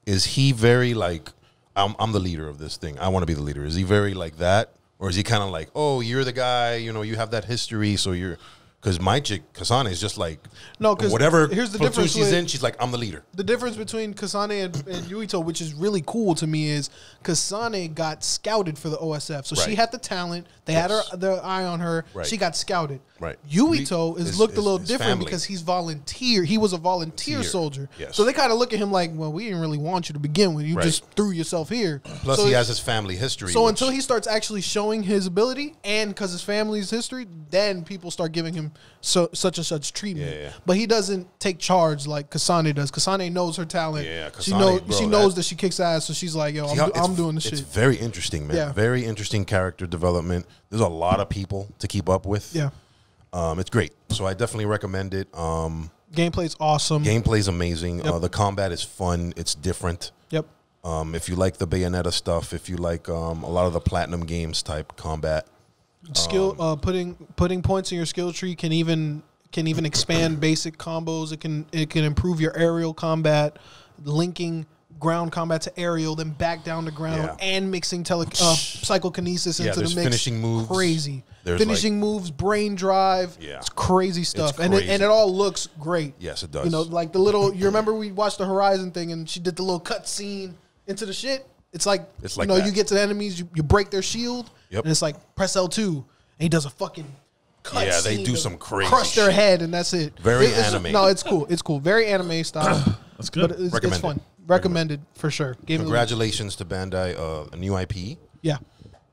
is he very like I'm I'm the leader of this thing. I want to be the leader. Is he very like that, or is he kind of like oh you're the guy you know you have that history so you're because my chick Kasane is just like No, 'cause whatever here's the platoon difference she's with- in she's like I'm the leader. The difference between Kasane and, and Yuito, which is really cool to me, is Kasane got scouted for the OSF. So she Right. had the talent. They had her their eye on her. Right. She got scouted. Right. Yuito He- is, his- looked a his- little his different family. because he's volunteer. He was a volunteer Volunteer. soldier. Yes. So they kind of look at him like, well, we didn't really want you to begin with. You Right. just threw yourself here. Plus so he has his family history. So which- until he starts actually showing his ability, and because his family's history, then people start giving him so, such and such treatment. Yeah, yeah. But he doesn't take charge like Kasane does. Kasane knows her talent. Yeah, yeah, she Kasane, knows bro, she knows that- that she kicks ass, so she's like, "Yo, I'm, See how do- it's- I'm doing this It's shit." very interesting, man. Yeah. Very interesting character development. There's a lot of people to keep up with. yeah, Um, it's great. So I definitely recommend it. Um, gameplay's awesome. gameplay's amazing. Uh, the combat is fun. It's different. yep, Um, if you like the Bayonetta stuff, if you like um, a lot of the Platinum Games type combat, skill uh, putting putting points in your skill tree can even can even expand basic combos. It can it can improve your aerial combat, linking ground combat to aerial, then back down to ground, Yeah. and mixing tele uh, psychokinesis Yeah, into there's the mix. finishing moves. crazy. There's finishing moves, brain drive, Yeah. it's crazy stuff, and it, crazy. and it all looks great. Yes, it does. You know, like the little. You remember we watched the Horizon thing, and she did the little cut scene into the shit. It's like It's you like know, that. you get to the enemies, you, you break their shield, Yep. and it's like press L two, and he does a fucking cut Yeah, they scene do to some crazy crush their shit. head, and that's it. Very It- it's- anime. No, it's cool. It's cool. Very anime style. That's but good. it's, it's Recommended. fun. Recommended for sure. Game of the week. Congratulations to Bandai, uh, a new IP, yeah.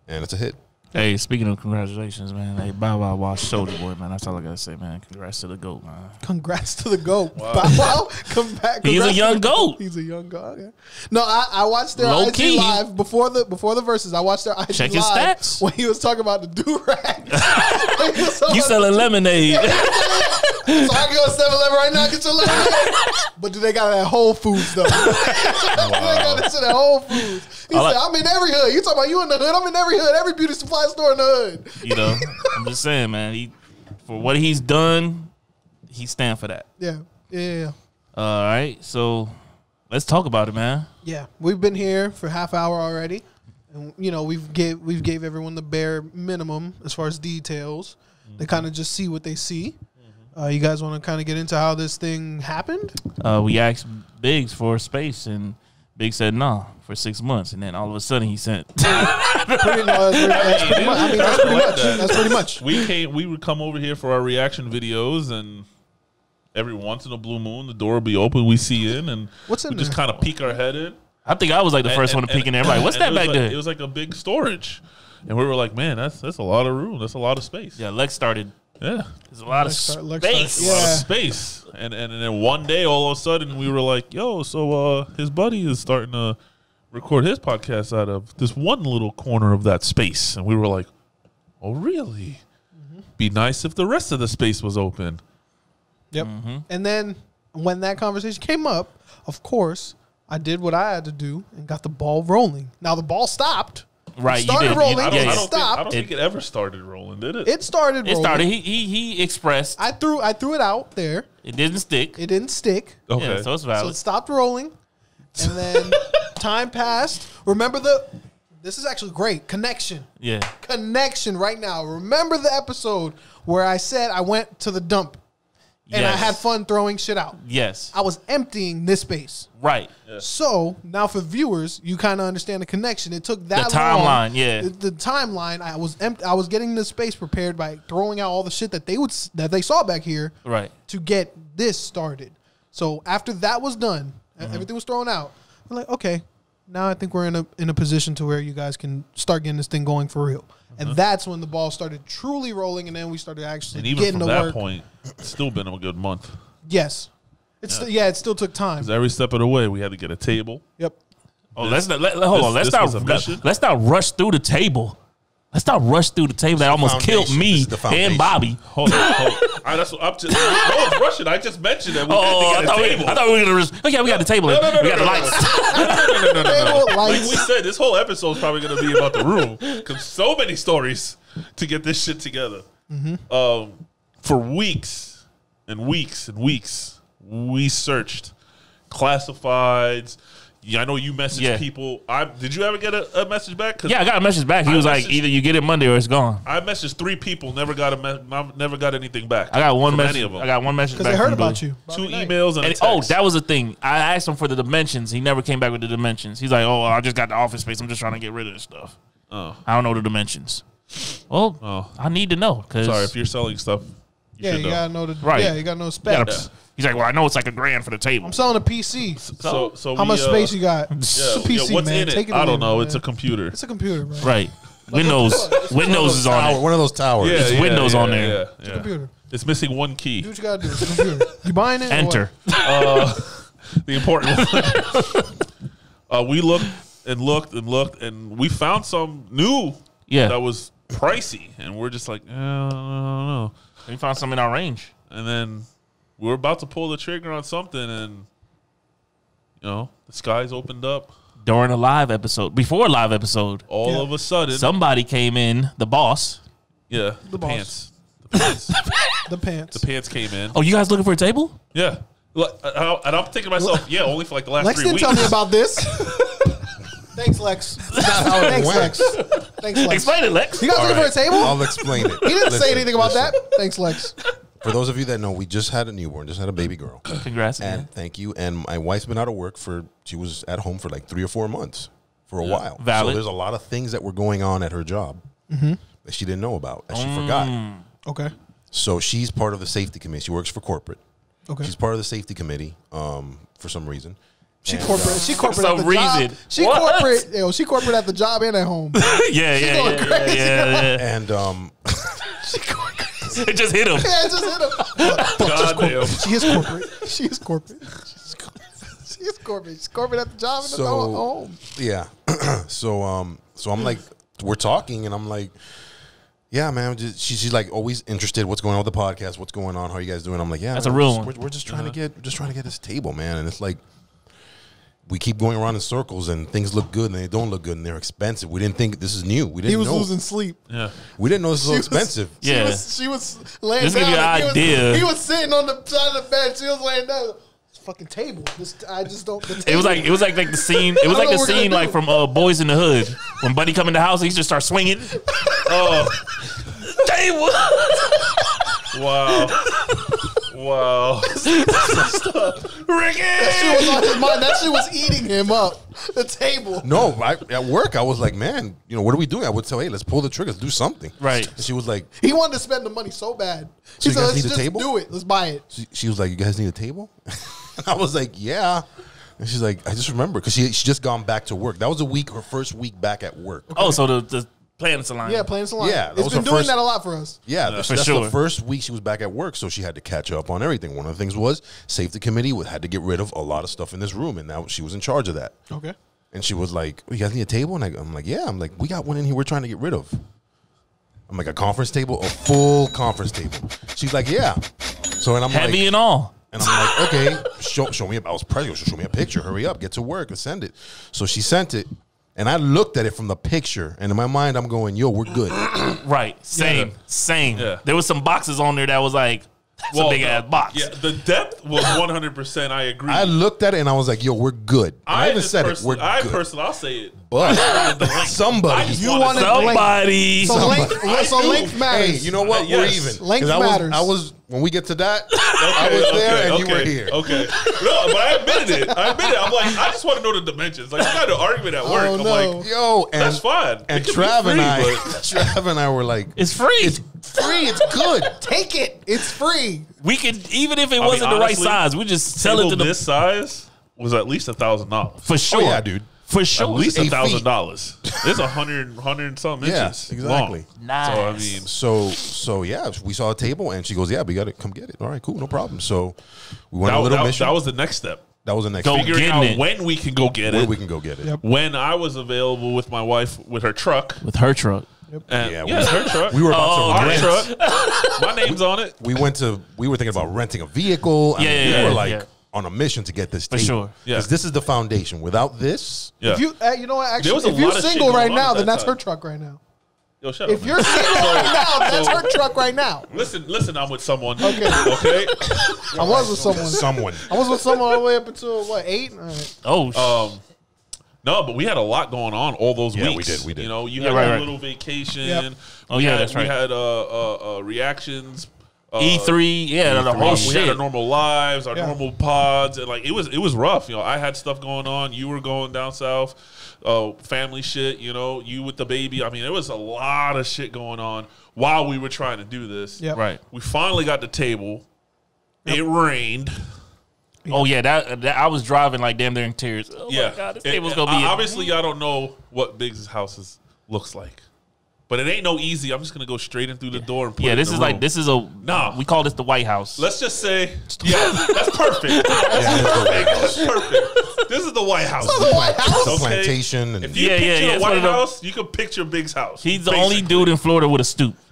and it's a hit. Hey, speaking of congratulations, man. Hey, bye bye, watch Soldier Boy, man. That's all I gotta say, man. Congrats to the goat, man. Congrats to the goat. Bow Wow. Come back. He's a Congrats to young the- goat. He's a young goat. Okay. No, I, I watched their Low IG key. live before the before the verses. I watched their IG Check his live stats. when he was talking about the do rag. You selling lemonade? So I can go to 7 Eleven right now, get your lemonade. but do they got it at Whole Foods, though? they got this shit at Whole Foods. He I like- said, I'm in every hood. You talking about you in the hood? I'm in every hood, every beauty supply store in the hood. you know, I'm just saying, man. He for what he's done, he stand for that. Yeah, yeah, All right, so let's talk about it, man. yeah. We've been here for half hour already. And, you know, we've gave, we've gave everyone the bare minimum as far as details. They kind of just see what they see. Uh, you guys want to kind of get into how this thing happened? Uh, we asked Biggs for space, and Biggs said nah for six months, and then all of a sudden he sent. Pretty, no, that's pretty, that's pretty much. I mean, that's pretty much. That's pretty much. we came we would come over here for our reaction videos and every once in a blue moon the door would be open we see in and What's in we just there? kind of peek our head in I think I was like the first And- one to and- peek in there. I'm Like, what's and that it was back like- there? it was like a big storage and we were like man that's that's a lot of room that's a lot of space yeah, Lex started. yeah There's a lot of Lex start- Lex space. start- a lot of Yeah. space and, and and then one day all of a sudden we were like yo so uh his buddy is starting to record his podcast out of this one little corner of that space and we were like oh really be nice if the rest of the space was open Yep. And then when that conversation came up, of course, I did what I had to do and got the ball rolling. Now the ball stopped. Right, It you started did. rolling. I I Yeah, don't, I it yeah. don't, think, I stopped. don't think it ever started rolling, did it? it started. It rolling. started. He he he expressed. I threw. I threw it out there. It didn't stick. It didn't stick. okay. Yeah, so it's So valid. it stopped rolling, and then time passed. Remember the. This is actually great connection. yeah, Connection right now. Remember the episode where I said I went to the dump and I Yes. had fun throwing shit out. Yes, I was emptying this space. right. So now for viewers, you kind of understand the connection. It took that The long- timeline, yeah. The, the timeline. I was empt- I was getting this space prepared by throwing out all the shit that they would s- that they saw back here, Right. To get this started. So after that was done, e- Mm-hmm. everything was thrown out. We're like, okay, now I think we're in a in a position to where you guys can start getting this thing going for real. And that's when the ball started truly rolling, and then we started actually Uh-huh. and even getting from to that work. point, it's still been a good month. yes, it's st- yeah, it still took time. 'Cause every step of the way, we had to get a table. yep. Oh, let's not, let, let- hold this- on. Let's this was a not mission? let, us not rush through the table. Let's not rush through the table that almost killed foundation. This me is the and foundation. Bobby. Hold on, hold on. I, that's what I'm just. I was rushing. I just mentioned that we Oh, I had to get thought, a we, table. I thought we were gonna. Res- oh yeah, we got the table. no, no, we got the no, no, lights. no, no, no, no, no. Table Like lights. we said, this whole episode is probably going to be about the room because so many stories to get this shit together. Mm-hmm. Um, for weeks and weeks and weeks, we searched classifieds. Yeah, I know you messaged Yeah. people. I did you ever get a, a message back? 'Cause Yeah, I got a message back. He I was like, messaged- either you get it Monday or it's gone. I messaged three people. Never got a me- not- never got anything back. I got one from message. Any of them. I got one message Because back. they heard from about Blue. you. two Bobby Knight. emails and, a And text. oh, that was the thing. I asked him for the dimensions. He never came back with the dimensions. He's like, oh, I just got the office space. I'm just trying to get rid of this stuff. Oh. I don't know the dimensions. Well, Oh. I need to know because sorry if you're selling stuff. You Yeah, should you know. gotta know the Right. Yeah, you gotta know the Yeah. specs. He's like, well, I know it's like a grand for the table. I'm selling a PC. So, so How we, much uh, space you got? Yeah, it's a yeah, PC, what's man. in it? Take it. or I leave don't it, know. It's a man. computer. It's a computer, bro. Right. Windows. Windows is on Tower, it. one of those towers. Yeah, yeah, Windows yeah, on there. yeah, yeah. computer. It's missing one key. Do what you gotta do. It's a computer. You buying it? or Enter. The important one. uh, we looked and looked and looked, and we found some new Yeah. that was pricey, and we're just like, eh, I don't know. We found some in our range. And then we were about to pull the trigger on something, and you know, the skies opened up. During a live episode, before a live episode, All Yeah. of a sudden, somebody came in, the boss, Yeah, the, boss. pants. The pants. The pants. the pants came in. Oh, you guys looking for a table? Yeah. Look, and I- and I'm thinking to myself, yeah, only for like the last Lex three didn't weeks. tell me about this. Thanks, Lex. Thanks, went. Lex. Thanks, Lex. Explain it, Lex. You guys All looking right. for a table? I'll explain it. He didn't say anything about that. Thanks, Lex. For those of you that know, we just had a newborn, just had a baby girl. Congrats. And thank you. And my wife's been out of work for she was at home for like three or four months for a while. So valid. Mm-hmm. there's a lot of things that were going on at her job that she didn't know about and she Mm. forgot. Okay. So she's part of the safety committee. She works for corporate. Okay. She's part of the safety committee um, for some reason. She corporate. She corporate some at the job. reason. She What? corporate. Yo, she corporate at the job and at home. yeah, yeah, yeah, going yeah, yeah, yeah, And um, yeah. It just hit him. just hit him. God damn. She is corporate. She is corporate. She's corporate. She is corporate. She's corporate at the job and So- at the home. yeah. so um, so I'm like, we're talking, and I'm like, yeah, man. Just, she, she's like always interested. What's going on with the podcast? What's going on? How are you guys doing? I'm like, yeah, That's a man, real we're just- one. We're, we're just trying to Uh-huh. get, we're just trying to get this table, man. And it's like, we keep going around in circles, and things look good, and they don't look good, and they're expensive. We didn't think this is new. We didn't He was know. losing sleep. Yeah. we didn't know this was so She was- expensive. She Yeah. was, she was laying Just down. give you an and He idea. was, he was sitting on the side of the bed. She was laying down. This fucking table. This I just don't. The It was like it was like like the scene. It was like I don't know the what we're scene gonna like do. from uh, Boys in the Hood when Buddy come in the house and he just starts swinging. Oh, Table. wow. Wow. that shit was on his mind. That shit was eating him up. The table. No, I, at work, I was like, man, you know, what are we doing? I would tell, hey, let's pull the triggers, do something. Right. And she was like, He wanted to spend the money so bad. So She you said, guys "Let's need a just table?" do it. Let's buy it." she, she was like, "You guys need a table?" and I was like, "Yeah." And she's like, "I just remember because she she just gone back to work. That was a week, her first week back at work. Oh, so the the planets align. Yeah, playing salon. Yeah, that it's was been her doing first- that a lot for us. Yeah, that's, for that's sure. the first week she was back at work, so she had to catch up on everything. One of the things was safety committee would- had to get rid of a lot of stuff in this room, and now she was in charge of that. Okay. And she was like, "You guys need a table?" And I, I'm like, "Yeah." I'm like, "We got one in here. We're trying to get rid of." I'm like, "A conference table, a full conference table." She's like, "Yeah." So and I'm Heavy like, and all. And I'm like, okay, show, show me. I was pregnant. Show me a picture. Hurry up. Get to work and send it. So she sent it. And I looked at it from the picture. And in my mind, I'm going, yo, we're good. Right. Same. Same. Yeah. There was some boxes on there that was like that's a big no. ass box. Yeah, the depth was 100%. I agree. I I, looked at it and I was like, yo, we're good. And I, even just said it. person- We're I good. personally, I'll say it. The but link. I somebody. just You wanna wanted- say- Somebody. So length, I so do. length matters. Hey, you know what? Yes. We're even. 'Cause Length I was, matters. I was, when we get to that, I was there and you were here. Okay. No, but I admitted it. I admitted it. I'm like, I just want to know the dimensions. Like, I got an argument at work. Oh, I'm no. like, Yo, and, That's fine. It And could be Trav free, and I, but- Trav and I were like, It's free. free. It's good. Take it. It's free. we could even if it mean, wasn't the right honestly, size, we just sell table it to the this size was at least a thousand dollars. for sure. Oh, yeah, dude. For At sure. least a eight thousand feet. dollars. It's a hundred, hundred and something Yeah, inches. exactly. long. Nice. So I mean, So so yeah, we saw a table and she goes, yeah, we got to come get it. All right, cool, no problem. So we went that, on a little that- mission. that was the next step. that was the next Go thing. get Figuring Oh, Getting out it. when we can go get where it. we can go get it. Yep. when I was available with my wife with her truck. With her truck. And yeah, Yeah, we- her truck. We were about Oh, to our rent. truck. My name's on it. We went to we were thinking about renting a vehicle. I Yeah, mean, yeah, we yeah, were yeah. like on a mission to get this For table. sure. Yeah. Because this is the foundation. Without this, Yeah. If you, uh, you know what? Actually, was a if you're lot of shit single going right on now, at then that that's her time. truck right now. Yo, shut If up. you're single right now, that's her truck right now. listen, listen, I'm with someone. Okay. Okay. Okay. I was with someone. someone. I was with someone all the way up until what eight? All right. Oh sh- Um, no, but we had a lot going on all those Yeah, we weeks. did, we did. You know, you Yeah, had right, a right. little vacation. Yep. Oh, We yeah, had- that's right. We had uh, uh, uh, reactions. Uh, E three. Yeah, the We whole had our shit. normal lives, our Yeah. normal pods, and like it was it was rough. You know, I had stuff going on. You were going down south, uh, family shit. You know, you with the baby. I mean, there was a lot of shit going on while we were trying to do this. Yep. Right. We finally got the table. It rained. Oh yeah, that, that I was driving like damn near in tears. Oh yeah. my god, this It- table's gonna I- be obviously I don't know what Biggs' house is, looks like, but it ain't no easy. I'm just gonna go straight in through the door and put Yeah, it this in is the like room. this is a Nah. We call this the White House. Let's just say, yeah, that's perfect. Yeah, it's the- That's perfect. This is the White House. it's a Okay. plantation and If you Yeah, yeah, picture yeah, the it's one White of them- House, you can picture Big's house. He's the only dude in Florida with a stoop.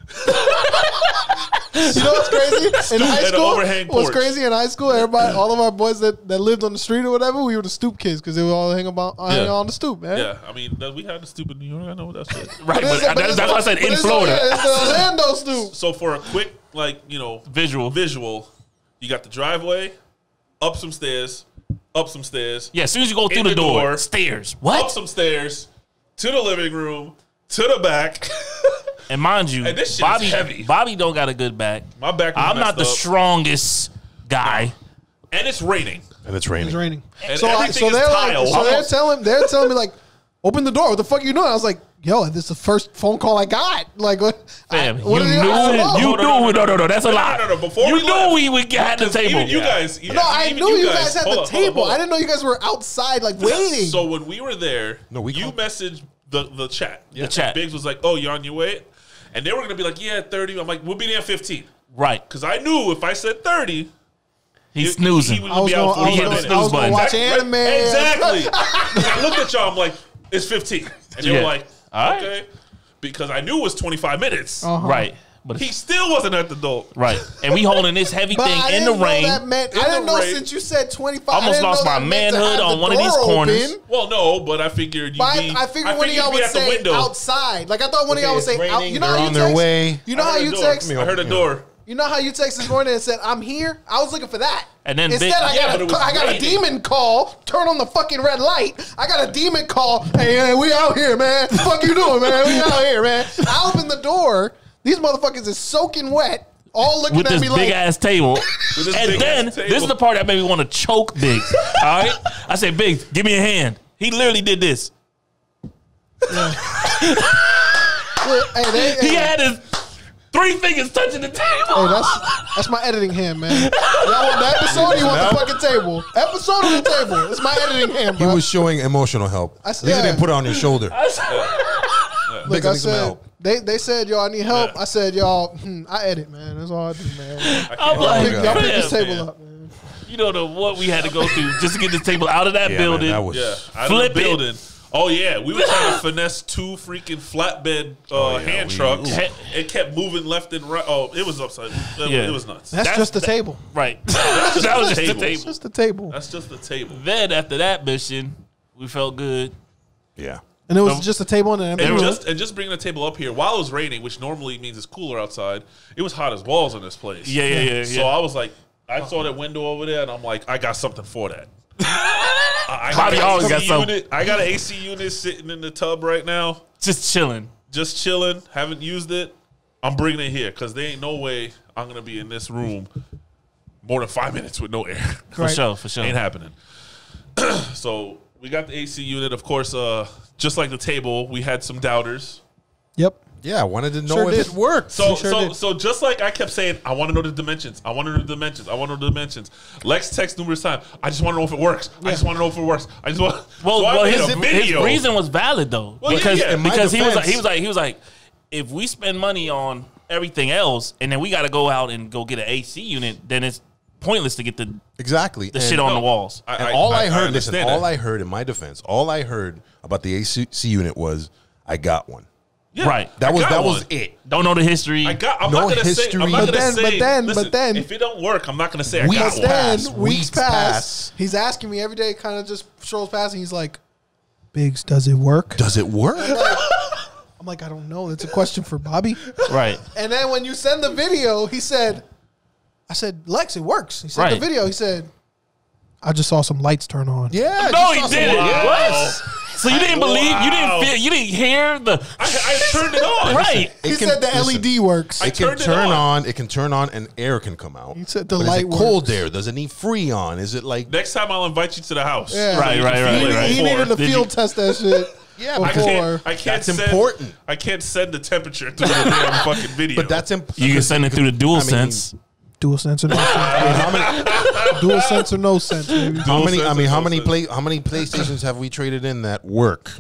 You know what's crazy? In high Stoop and school, overhang what's porch. crazy in high school? Everybody, all of our boys that, that lived on the street or whatever, we were the stoop kids because they would all hang about hang Yeah. on the stoop, man. Yeah, I mean, that, we had the stupid New York. I know that's it. Right, but But it's- but that's, it's- that's why I said but in it's- Florida. It's the Orlando stoop. So for a quick, like you know, Visual. visual, you got the driveway, up some stairs, up some stairs, Yeah, as soon as you go through In the, the door, door. stairs. up What? some stairs, to the living room, to the back. And mind you, And this shit is Bobby heavy. Bobby don't got a good back. My back. was I'm messed not the up. strongest guy. and it's raining. and it's raining. It's raining. And so I, everything so is they're tile. like, so they're Almost. telling they're telling me like, open the door. What the fuck you doing? I was like, yo, this is the first phone call I got. Like, what? Fam, I, you what knew, are I don't know. you Hold on, knew, hold no, no, no, that's a No, no, lie. no, no, before you we knew left. we would get at the table. Even you guys. No, I knew you guys had hold the on, hold on, table. hold on. I didn't know you guys were outside like waiting. So when we were there, No, we you called- messaged the, the chat. The chat. Biggs was like, oh, you're on your way? And they were going to be like, yeah, 30. I'm like, we'll be there at 15. Right. Because I knew if I said 30, He's he- snoozing. he would I was be out going, I was 45 going, minutes. I was going to watch Exactly. anime. Exactly. 'Cause I looked at y'all, I'm like, it's 15. And they Yeah. were like, All right. okay. Because I knew it was 25 minutes. Uh-huh. Right. But He still wasn't at the door. right. And we holding this heavy But thing I in didn't the know rain. that meant, I the didn't know rain. since you said 25. I Almost didn't know lost that my meant to have manhood the on one of these door corners. open. Well, no, but I figured you'd But be. I, I figured one of figured y'all you'd be would at the say window. outside. Like I thought one of y'all would it's say out. raining, You know they're how you on text. their way. You know I how heard a you door. text. I heard a Yeah. door. You know how you text this morning and said I'm here. I was looking for that. And then instead big- I Yeah, got but a, it was I got a raining. demon call. Turn on the fucking red light. I got a demon call. Hey, hey, we out here, man. Fuck you doing, man? We out here, man. I open the door. These motherfuckers is soaking wet. All looking with at this me big like ass table. With this and big then ass this table. is the part that made me want to choke Biggs. All right, I said, Biggs, give me a hand. He literally did this. Hey, they, hey, He had his three fingers touching the Hey, table. that's that's my editing hand, man. Y'all want the episode? Or you want the fucking table? Episode or the table? It's my editing hand, He bro. was showing emotional help. I At s- least he yeah. didn't put it on your shoulder. Look, Nigga I need some said help. they they said y'all need help. Yeah. I said y'all. Hmm, I edit, man. That's all I do, man. I'm like, God. y'all pick this fam, table up, man. you don't know what we had to go through just to get this table out of that Yeah, man, building. that was Yeah, out Flip of the it. building. Oh yeah, we were trying to finesse two freaking flatbed uh, Oh, yeah, hand we- trucks. ooh. It kept moving left and right. Oh, it was upside. It, Yeah. it was nuts. That's, That's- just the table. right. that was just the table. It's table. just the table, That's just the table. Then after that mission, we felt good. yeah. and it was No. just a table in an empty And room. just and just bringing the table up here while it was raining, which normally means it's cooler outside. It was hot as balls in this place. Yeah, yeah, yeah. yeah. So I was like, I saw that window over there, and I'm like, I got something for that. I, I Bobby an always AC got something. Unit, I got an AC unit sitting in the tub right now. just chilling. just chilling, haven't used it. I'm bringing it here because there ain't no way I'm gonna be in this room more than five minutes with no air. For Right. sure, for sure. ain't happening. so we got the AC unit, of course. Uh, just like the table, we had some doubters. Yep. Yeah, I wanted to know Sure if did. it worked. So, We sure so, did. so, just like I kept saying, I want to know the dimensions. I want to know the dimensions. I want to know the dimensions. Lex texts numerous times. I just want to know if it works. I just want to know if it works. I just want. Well, so I well made his, a his video. reason was valid though, Well, yeah, because yeah. In my because he was like, defense- he was like he was like, if we spend money on everything else and then we got to go out and go get an AC unit, then it's pointless to get the, Exactly. the And- shit on no, the walls. I- And all I, heard, listen, understand all that. I heard in my defense, all I heard about the AC unit was, I got one. Yeah, Right. That I was got that one. was it. Don't know the history. I got. I'm No not gonna say. history. I'm not But gonna then- say. but then- listen, but then- if it don't work, I'm not gonna say. I We- got But one. that- then pass, weeks weeks pass. pass. He's asking me every day, kind of just strolls past, and he's like, "Biggs, does it work?" Does it work? I'm like, "I don't know. That's a question for Bobby." right. And then when you send the video, he said, I said, Lex, it works. He sent Right. the video. He said, I just saw some lights turn on. yeah. No, just he saw some- didn't. Wow. What? So you didn't believe? You Wow. didn't feel? You didn't hear the? I, I turned it on. right. It He can- said the E listen, LED works. I It can turned it turn on. on. It can turn on, and air can come out. He said the But light Is it cold works. there? Does it need Freon? Is it like Next time, I'll invite you to the house. Yeah. Right, You can right, feel right, it right. he before. needed to Did field you- test that shit. Yeah, before. but I can't. I can't. That's send, important. I can't send the temperature through the damn fucking video. But that's imp- You can send it through the dual I mean, sense. dual sense or no sense. I mean, how many? dual sense or no sense, baby. How many? sense I and mean, how dual many sense. play? How many PlayStations have we traded in that work?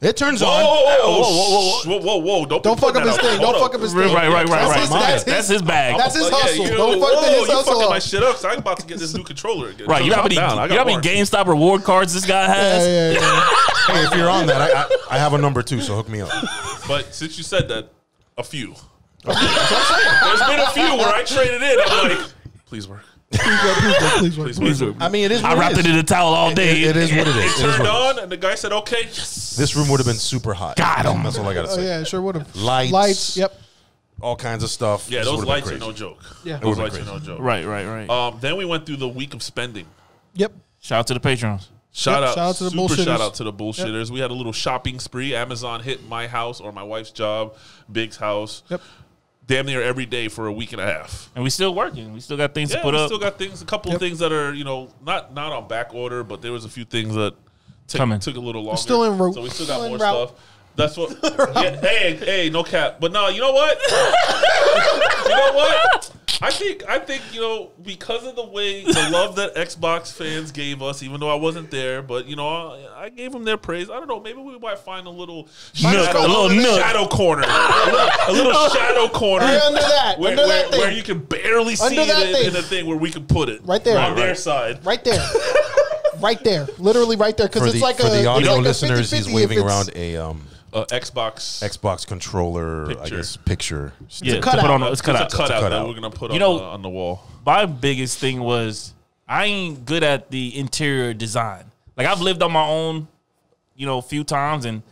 It turns Whoa, on. whoa, whoa, whoa, whoa, whoa, whoa, whoa! Don't, be Don't fuck putting up his that out there. thing. Don't Hold fuck up his thing. Right, right, right, That's right. his- that's his- That's his bag. That's his Oh, yeah, hustle. you- Don't fuck the- whoa, his you hustle fucking up. my shit up. 'cause I'm about to get this new controller again. Right. You know how Calm many? You down, I got know how many one. GameStop reward cards this guy has? Yeah, yeah, yeah. Hey, if you're on that, I, I I have a number too, so hook me up. But since you said that, a few. There's been a few where I traded in. I'm like, please work. Please work. Please work. I mean, it is. What I wrapped it in a towel all day. it is what it is. It is Turned what it is. on, and the guy said, okay, yes. This room would have been super hot. Got 'em. That's all I gotta Oh say. yeah, sure would have. Lights. Lights. Yep. All kinds of stuff. Yeah, This those would've lights been are crazy. no joke. Yeah. It Those would've been lights are crazy. no joke. Right, right, right. Um, then we went through the week of spending. Yep. shout out to the patrons. Shout Yep, out, shout out to the super shout bullshitters. out to the bullshitters. We had a little shopping spree. Amazon hit my house or my wife's job, Big's house. Yep. Damn near every day for a week and a half. And we still working. We still got things to Yeah, put we up. still got things. A couple Yep. things that are you know not not on back order, but there was a few things that took, Coming. took a little longer. still en route. So we still got Still en more route. stuff. That's what. Yeah, hey, hey, no cap. But no, you know what? you know what? I think I think you know because of the way the love that Xbox fans gave us, even though I wasn't there, but you know I, I gave them their praise. I don't know. Maybe we might find a little Nook, a little nook. shadow corner, a little, a little shadow corner Right under that. where, under where, that thing. where you can barely see Under that it in, in thing. the thing where we can put it Right there. on Right, their right. side. right there. right there. Literally right there. Because For it's the, like for a. the it's audio like a listeners, he's 50-50 if waving it's- around a um, Uh, Xbox. Xbox controller, I Picture. guess, picture. yeah, to cutout. put on a, it's cut a out. cutout cutout. that we're gonna put You on, know- the, on the wall. my biggest thing was I ain't good at the interior design. Like I've lived on my own, you know, a few times, and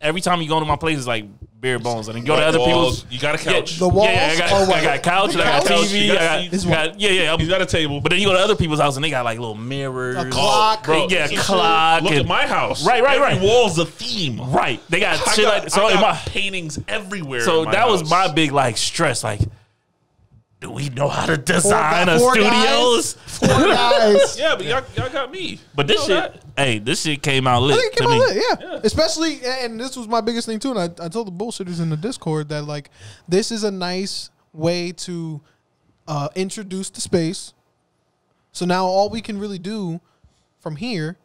every time you go to my place, it's like bare bones. And then you go to other Walls. people's. You got a couch. The walls Yeah, yeah, I got, or I what? got a couch, The and I got couch? TV, You got I seats? got, got- yeah, yeah. He's got a table. but then you go to other people's house, and they got like little mirrors, A clock. Bro, yeah, look clock. Look and- at my house. Right, right, Every right. Wall's a theme. right. They got I shit got, like so. I in got my, paintings everywhere. so in my that was house. my big like stress. Like, do we know how to design a four studios? Four guys. Yeah, but y'all, y'all got me. But You this know shit, that. hey, this shit came out lit. I think it to came out me. lit, yeah. Especially, and this was my biggest thing too. And I, I told the bullshitters in the Discord that like this is a nice way to uh, introduce the space. So now all we can really do from here,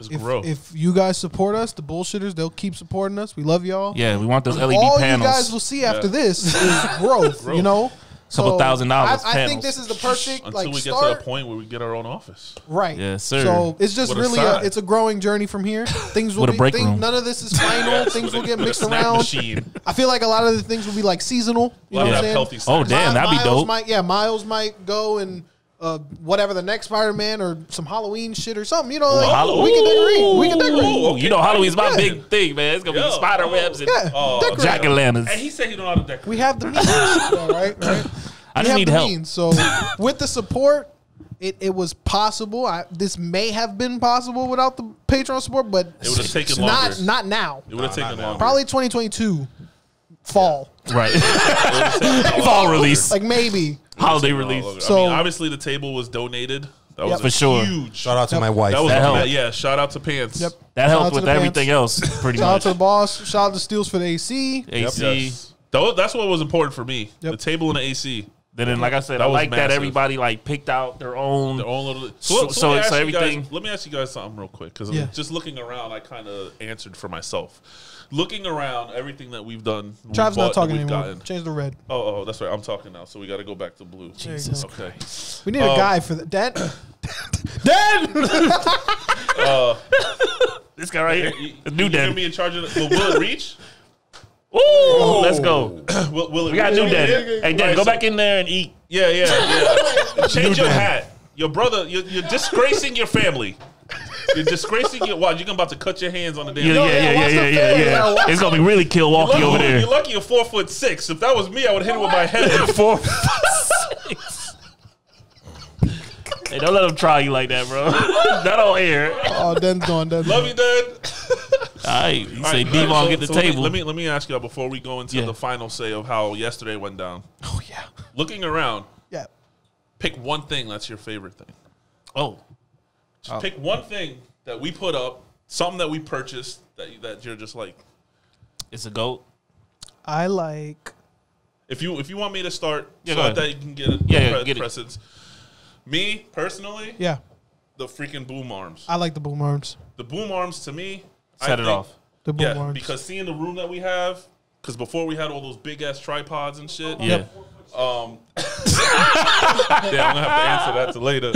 It's if, gross. if you guys support us, the bullshitters they'll keep supporting us. We love y'all. Yeah, we want those LED all panels. you guys will see after this is growth. You know. Couple thousand dollars I, I think panels. this is the perfect Until like we get start. to the point where we get our own office. Right. Yes, sir. So it's just With a really a side. it's a growing journey from here. Things will With a be break thing- room. none of this is final. things With will a- get with a mixed snack around. Machine. I feel like a lot of the things will be like seasonal. You We'll know what have I'm saying? healthy Oh snacks. damn, that'd be Miles dope. Might, yeah, Miles might go and uh, whatever the next Spider Man or some Halloween shit or something. You know, like, Halloween. we can decorate. We can decorate. Ooh, okay. You know, Halloween's my Yeah. big thing, man. It's gonna Yeah. be spider webs and Yeah, Oh, decorate. jack o' lanterns. And he said he don't know how to decorate. we have the means, though, right? Right. I We just have need the help. means. So with the support, it, it was possible. I, this may have been possible without the Patreon support, but It would have taken longer. not not now. it would have taken not now. longer. Probably 2022 fall. Right, Probably fall release, Like maybe. holiday release. I So- mean, obviously the table was donated. That was Yep. a For sure. Huge. Shout out to my wife. That was That helped. yeah. Shout out to pants. Yep. That Shout out helped to with the everything pants. else, pretty Shout out much. to the boss. Shout out to Steels for the AC. AC. Yes. Tho- that's what was important for me. Yep. The table and the AC. Then, then, like I said, That I was like that massive. everybody like picked out their own. Their own little. So- let- so let me it's ask you guys- everything- let me ask you guys something real quick because Yeah. just looking around, I kind of answered for myself. Looking around, everything that we've done, we Trav's bought not and talking we've anymore. gotten- Change the red. Oh, oh, that's right. I'm talking now, so we got to go back to blue. you Jesus go. Okay. We Um, need a guy for that. Dan. Dan. This guy right here, the new you hear daddy. me in charge of the, will it reach? Ooh, let's go. Will, will it We got reach? new daddy. Hey, daddy, Right, go so- back in there and eat. Yeah, yeah, yeah. Change your hat. Your brother, you're, you're disgracing your family. You're disgracing your. Wow, you're about to cut your hands on the damn. Yeah, No, yeah, yeah, watch yeah, the yeah, film. yeah. Yeah, watch- It's gonna be really Milwaukee Lucky, over there. You're lucky you're four foot six. If that was me, I would hit it with my head. four. hey, don't let them try you like that, bro. Not on air. All Oh, Dan's gone. Dan's Love you, Dad. right, you say All right, D-Von so- get the so let me- table. Let me, let me ask y'all before we go into Yeah. the final say of how yesterday went down. Oh yeah. Looking around, Yeah. pick one thing that's your favorite thing. oh, Just pick one thing that we put up, something that we purchased that you- that you're just like. it's a goat. I like. If you if you want me to start, Yeah, so go ahead. that you can get it, Yeah, yeah, pre- get it. precedence. Me personally, Yeah. the freaking boom arms. I like the boom arms. The boom arms to me I Set it think- off. The boom Yeah, arms. because seeing the room that we have, because before we had all those big ass tripods and shit. Yeah. Yeah, I'm gonna have to answer that to later.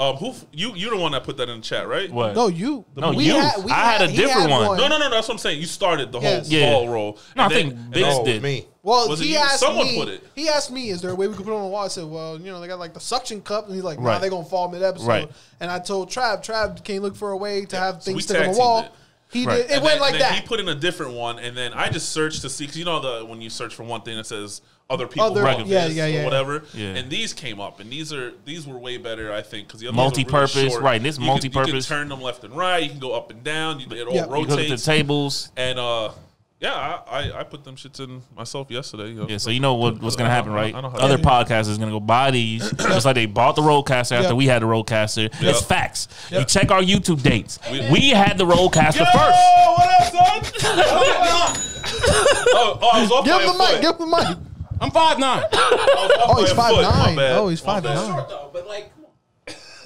Um, who f- you? You the one that put that in the chat, right? What? No, you. No, you. I had a he different one. No, no, no, no. That's what I'm saying. You started the whole Yes. Yeah. ball roll. No, And I think and Biggs then- Oh, did. me. Well, Was it he you? asked Someone me. put it. He asked me, "Is there a way we could put it on the wall?" I said, "Well, you know, they got like the suction cup," and he's like, "Nah, Right. they're gonna fall mid episode." Right. And I told Trav, "Trav, can you look for a way to have we things stick on tag the wall?" teamed it. He Right. did. It and went then- like then that. He put in a different one, and then I just searched to see because you know the when you search for one thing that says other people, Other- love yeah, this yeah, yeah. or whatever. Yeah. And these came up, and these are these were way better, I think, because the other Multi-purpose, ones were really short. right, this You could- You can multi-purpose. turn them left and right. You can go up and down. You, it all Yeah. You You look at the rotates. tables. and uh, yeah, I, I I put them shits in myself yesterday. you know. Yeah, so you know what, what's gonna happen, right? I don't have- Other podcasters gonna go buy these, just like they bought the Roadcaster after Yeah. we had the Roadcaster. It's facts. You check our YouTube dates. We- We had the Roadcaster first. Oh, what up, son? oh, oh, I was off give by him the a mic. foot. Give him the mic. I'm five nine. I was off Oh, by he's a foot. five My nine. bad. Oh, he's My five bad. nine. though, but like, come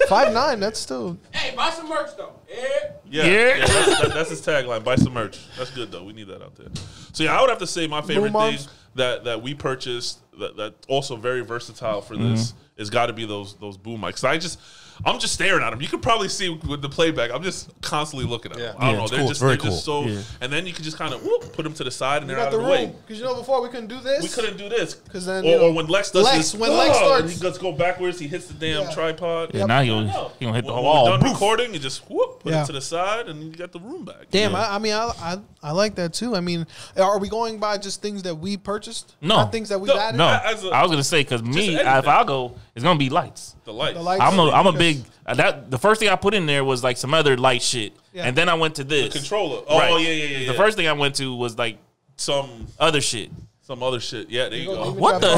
on. Five nine. That's still. hey, buy some merch though. Yeah. Yeah, Yeah. yeah. that's, that, that's his tagline. Buy some merch. That's good though. We need that out there. So yeah, I would have to say my favorite Moms. thing that that we purchased that that also very versatile for this has got to be those those boom mics. I just. I'm just staring at them. You could probably see with the playback. I'm just constantly looking at them. I don't Yeah, know. it's They're cool. just It's very they're just so. And then you can just kind of whoop, put them to the side, and We they're got out the of the way. room because you know before we couldn't do this. We couldn't do this 'Cause then, or, you know, or when Lex does Lex, this, when Lex "Ugh," starts- and he goes go backwards. He hits the damn Yeah. tripod. Yeah, now you'll No. you'll hit the When we're wall. done Boof. recording, you just whoop, put Yeah. it to the side, and you got the room back. Damn, I, I mean, I, I I like that too. I mean, are we going by just things that we purchased? No. not things that we No, added. No, A- as a- I was gonna say because me, anything. if I go, it's gonna be lights. The lights. Ah, The lights. I'm a I'm a Because- big uh, that the first thing I put in there was like some other light shit, Yeah. and then I went to this Controller. Oh, Right. yeah, yeah, yeah, The yeah. first thing I went to was like Some other shit. some other shit. Yeah, there you go, go. leave it. What the Oh.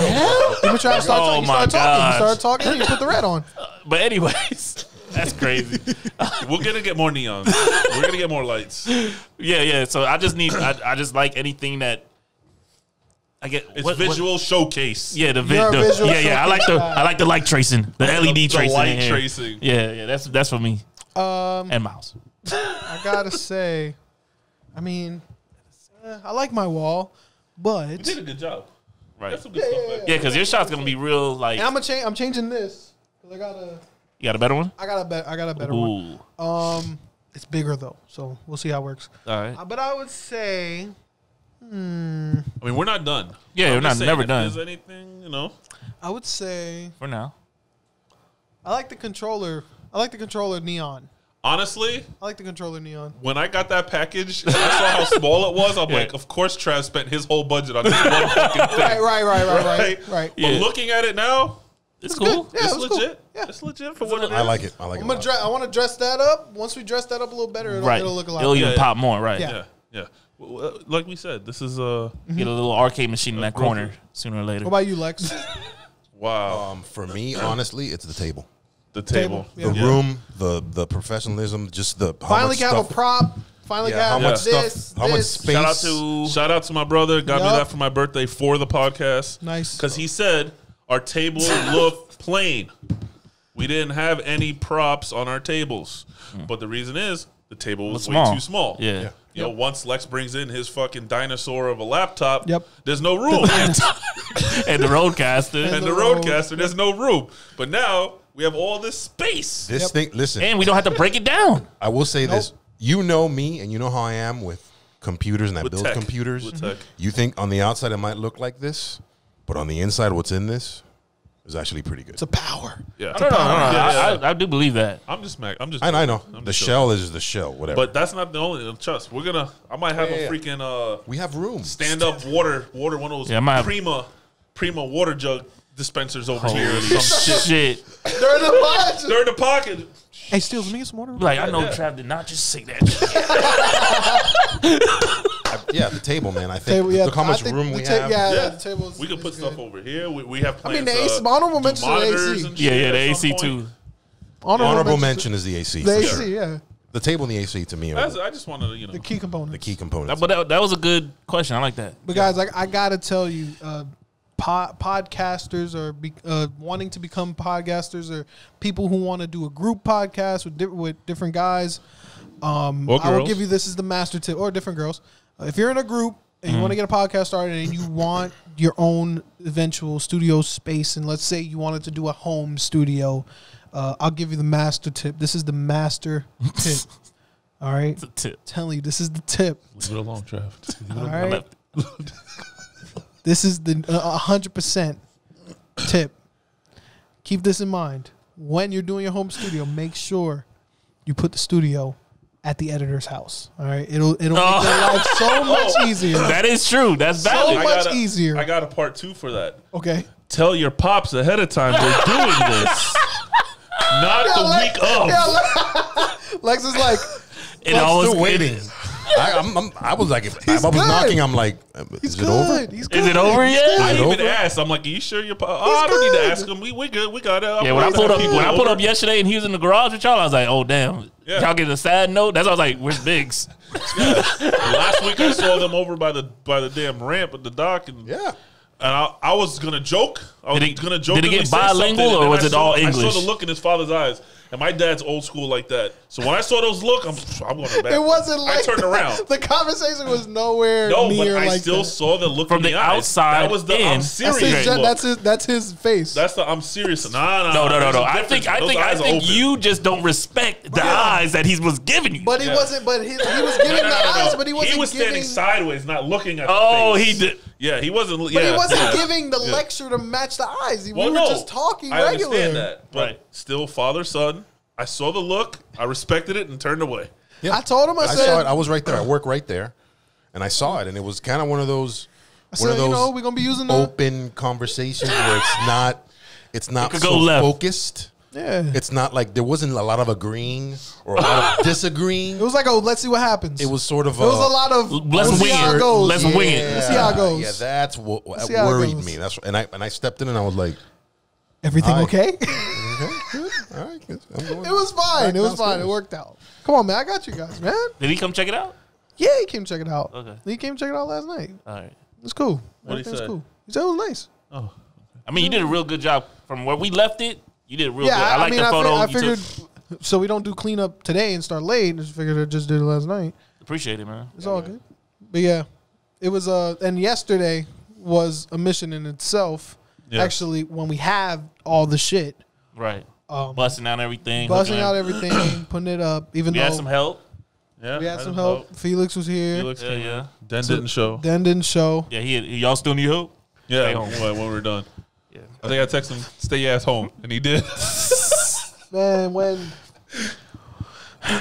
hell? You start Oh talking. You my start talking. You gosh. start talking. and You put the red on. But anyways, that's crazy. We're gonna get more neons. We're gonna get more lights. yeah, yeah. So I just need I, I just like anything that I get It's what- what- visual showcase. yeah, the, vi- You're a the- visual yeah, yeah. I like the showcase. I like the light tracing, the LED the tracing, in light here. tracing. Yeah, yeah. That's that's for me Um, and Miles. I gotta say, I mean, eh, I like my wall, but You did a good job. Right. That's some good yeah, stuff. yeah, back Yeah, because your shot's gonna be real. Like and I'm a change. I'm changing this because I got a you got a better one. I got a bet. I got a better one. Ooh. Um, it's bigger though, so we'll see how it works. All right. Uh, But I would say I mean, we're not done. Yeah, I'm we're just not saying, never if done There's anything you know? I would say for now. I like the controller. I like the controller neon. Honestly, I like the controller neon. when I got that package, I saw how small it was. I'm Yeah. like, of course, Trav spent his whole budget on this one fucking thing. Right, right, right, right, right, Right. right. But looking at it now, It's cool. Yeah, it's it was cool. legit. Yeah. It's legit for what it is. I like it. I like I'm it. a gonna lot. dress. I want to dress that up. Once we dress that up a little better, it'll, Right. it'll look a lot. It'll even Yeah. pop more. Right. Yeah. Yeah, yeah. Well, well, Like we said, this is uh, a Get a little arcade machine in that corner sooner or later. What about you, Lex? wow. Um, for me, honestly, it's the table, The table. Table. Yeah. the room, the the professionalism, just the how Finally, much can have stuff- a prop. Finally, Yeah, can how have much stuff- this. how much this. space- Shout out to shout out to my brother. Got me Yup. that for my birthday for the podcast. Nice. Because he said our table looked plain. We didn't have any props on our tables, but the reason is the table was It's way small. too small. Yeah. Yeah. You know, once Lex brings in his fucking dinosaur of a laptop, Yep. there's no room. and the roadcaster. and and, the roadcaster, there's no room. But now we have all this space. This thing, listen, we don't have to break it down. I will say this: you know me, and you know how I am with computers, and I With build tech. computers. With tech. You think on the outside it might look like this, but on the inside, what's in this is actually pretty good. It's a power. Yeah. No, no, no, no. Yeah, I, yeah. I, I do believe that. I'm just mad. I'm just. And I know I'm the just shell is the shell, whatever. But that's not the only. Trust. We're gonna. I might have Yeah, a yeah, yeah. freaking uh we have room. stand up water water one of those Yeah, I might have- prima prima water jug dispensers over here or some shit. Shit. They're in the box. They're in the pocket. Hey, Steels, let me get some water. Like, I know Trav did not just say that. yeah, the table, man. I think Table, look yeah, how I much think room the we ta- have. yeah. Yeah, the table's- we can put it's stuff good. over here. We, we have plans. mean, the uh, AC honorable do mention of the monitors AC. and yeah, shit yeah, the at AC some point. too. Honorable mention is the AC. The for AC, sure. yeah, The table and the AC to me are That's, the I just wanted to you know. the key component. key components. That- But that, that was a good question. I like that. But guys, like I gotta tell you, uh, po- podcasters or be, uh, wanting to become podcasters or people who want to do a group podcast with di- with different guys. Um, Or I will girls. give you this is the master tip or different girls. Uh, if you're in a group and Mm-hmm. you want to get a podcast started and you want your own eventual studio space and let's say you wanted to do a home studio uh, i'll give you the master tip this is the master tip all right It's a tip. telling you this is the tip Leave it alone, Trav. Just leave it all alone. I right left. this is the uh, 100% tip keep this in mind when you're doing your home studio make sure you put the studio at the editor's house all right it'll it'll make their Oh. life so much easier That is true. That's valid. I much got a- easier. I got a part two for that. okay Tell your pops ahead of time we're doing this. Not the week of. lex is like it always Still waiting. Is, I, I'm, I'm, I was like, if I was good. knocking, I'm like, uh, he's is good it over? he's good is it over I yet? didn't even over? ask. I'm like, are you sure your pop? Oh, I don't need good. to ask him. We we good. We got it. I'm Yeah, when I gonna pulled up ask people when I pulled up over. yesterday and he was in the garage with y'all, I was like, oh damn. Yeah. Y'all getting a sad note? That's why I was like, where's Biggs? last week, I saw them over by the by the damn ramp at the dock, and Yeah. And I, I was gonna joke. I was Did it- gonna joke. did it and get we said something, bilingual, or and was I it saw- all I English? saw the look in his father's eyes, and my dad's old school like that. So when I saw those look, I'm, I want to back. it wasn't like I turned that. around. the conversation was nowhere No, but near I like still that. saw the look From in the, the eyes. outside That was the in. I'm That's that's serious. his, look. that's his that's his face That's the I'm serious. Nah, nah. No, no, no, there's a no. I difference. think I Those think I eyes are think open. you just don't respect the eyes that he was giving you. but he Yeah. wasn't but he, he was giving No, no, no, the no, no. eyes but he wasn't was standing giving sideways, not looking at. oh, the he face. did. Yeah, he wasn't. But yeah, he wasn't yeah. giving the lecture to match the eyes. We Well, were no, just talking I regular. understand that, but Right. still, father son. I saw the look. I respected it and turned away. Yeah. I told him I, I said, saw it. I was right there. I work right there, and I saw it, and it was kind of one of those, one so, of those you know, we're gonna be using the open conversations where it's not, it's not could so go left. focused. yeah. It's not like there wasn't a lot of agreeing or a lot of disagreeing. It was like, oh, let's see what happens. It was uh, sort of. It was a lot of Let's we'll see wing how it. it goes. Let's wing it. We'll see how it goes. Yeah, that's what that see how it worried goes. me. That's and I and I stepped in and I was like, Everything Hi. okay? okay, good, all right, good. I'm going. it was fine. It was Sounds fine. good. It worked out. Come on, man. I got you guys, man. Did he come check it out? Yeah, he came check it out. Okay. He came check it out last night. All right. It's cool. What'd he Everything's say? cool. He said it was nice. I mean, you did a real good job from where we left it. You did real Yeah, good. I, I, I like mean, the I, photo. fi- I you figured. took. So we don't do cleanup today and start late. Just figured I just did it last night. Appreciate it, man. It's all good. But yeah, it was uh and yesterday was a mission in itself. Yes. Actually, when we have all the shit, Right. um, Busting out everything. busting hooking out up. everything, putting it up. Even We though had some help. Yeah, we had I some didn't help. know. Felix was here. Felix Yeah, came yeah. in. Den didn't show. Dan didn't show. Yeah, he, he- y'all still need help? yeah, Stay home. when, when we were done. I think I texted him, "Stay your ass home," and he did. Man, when.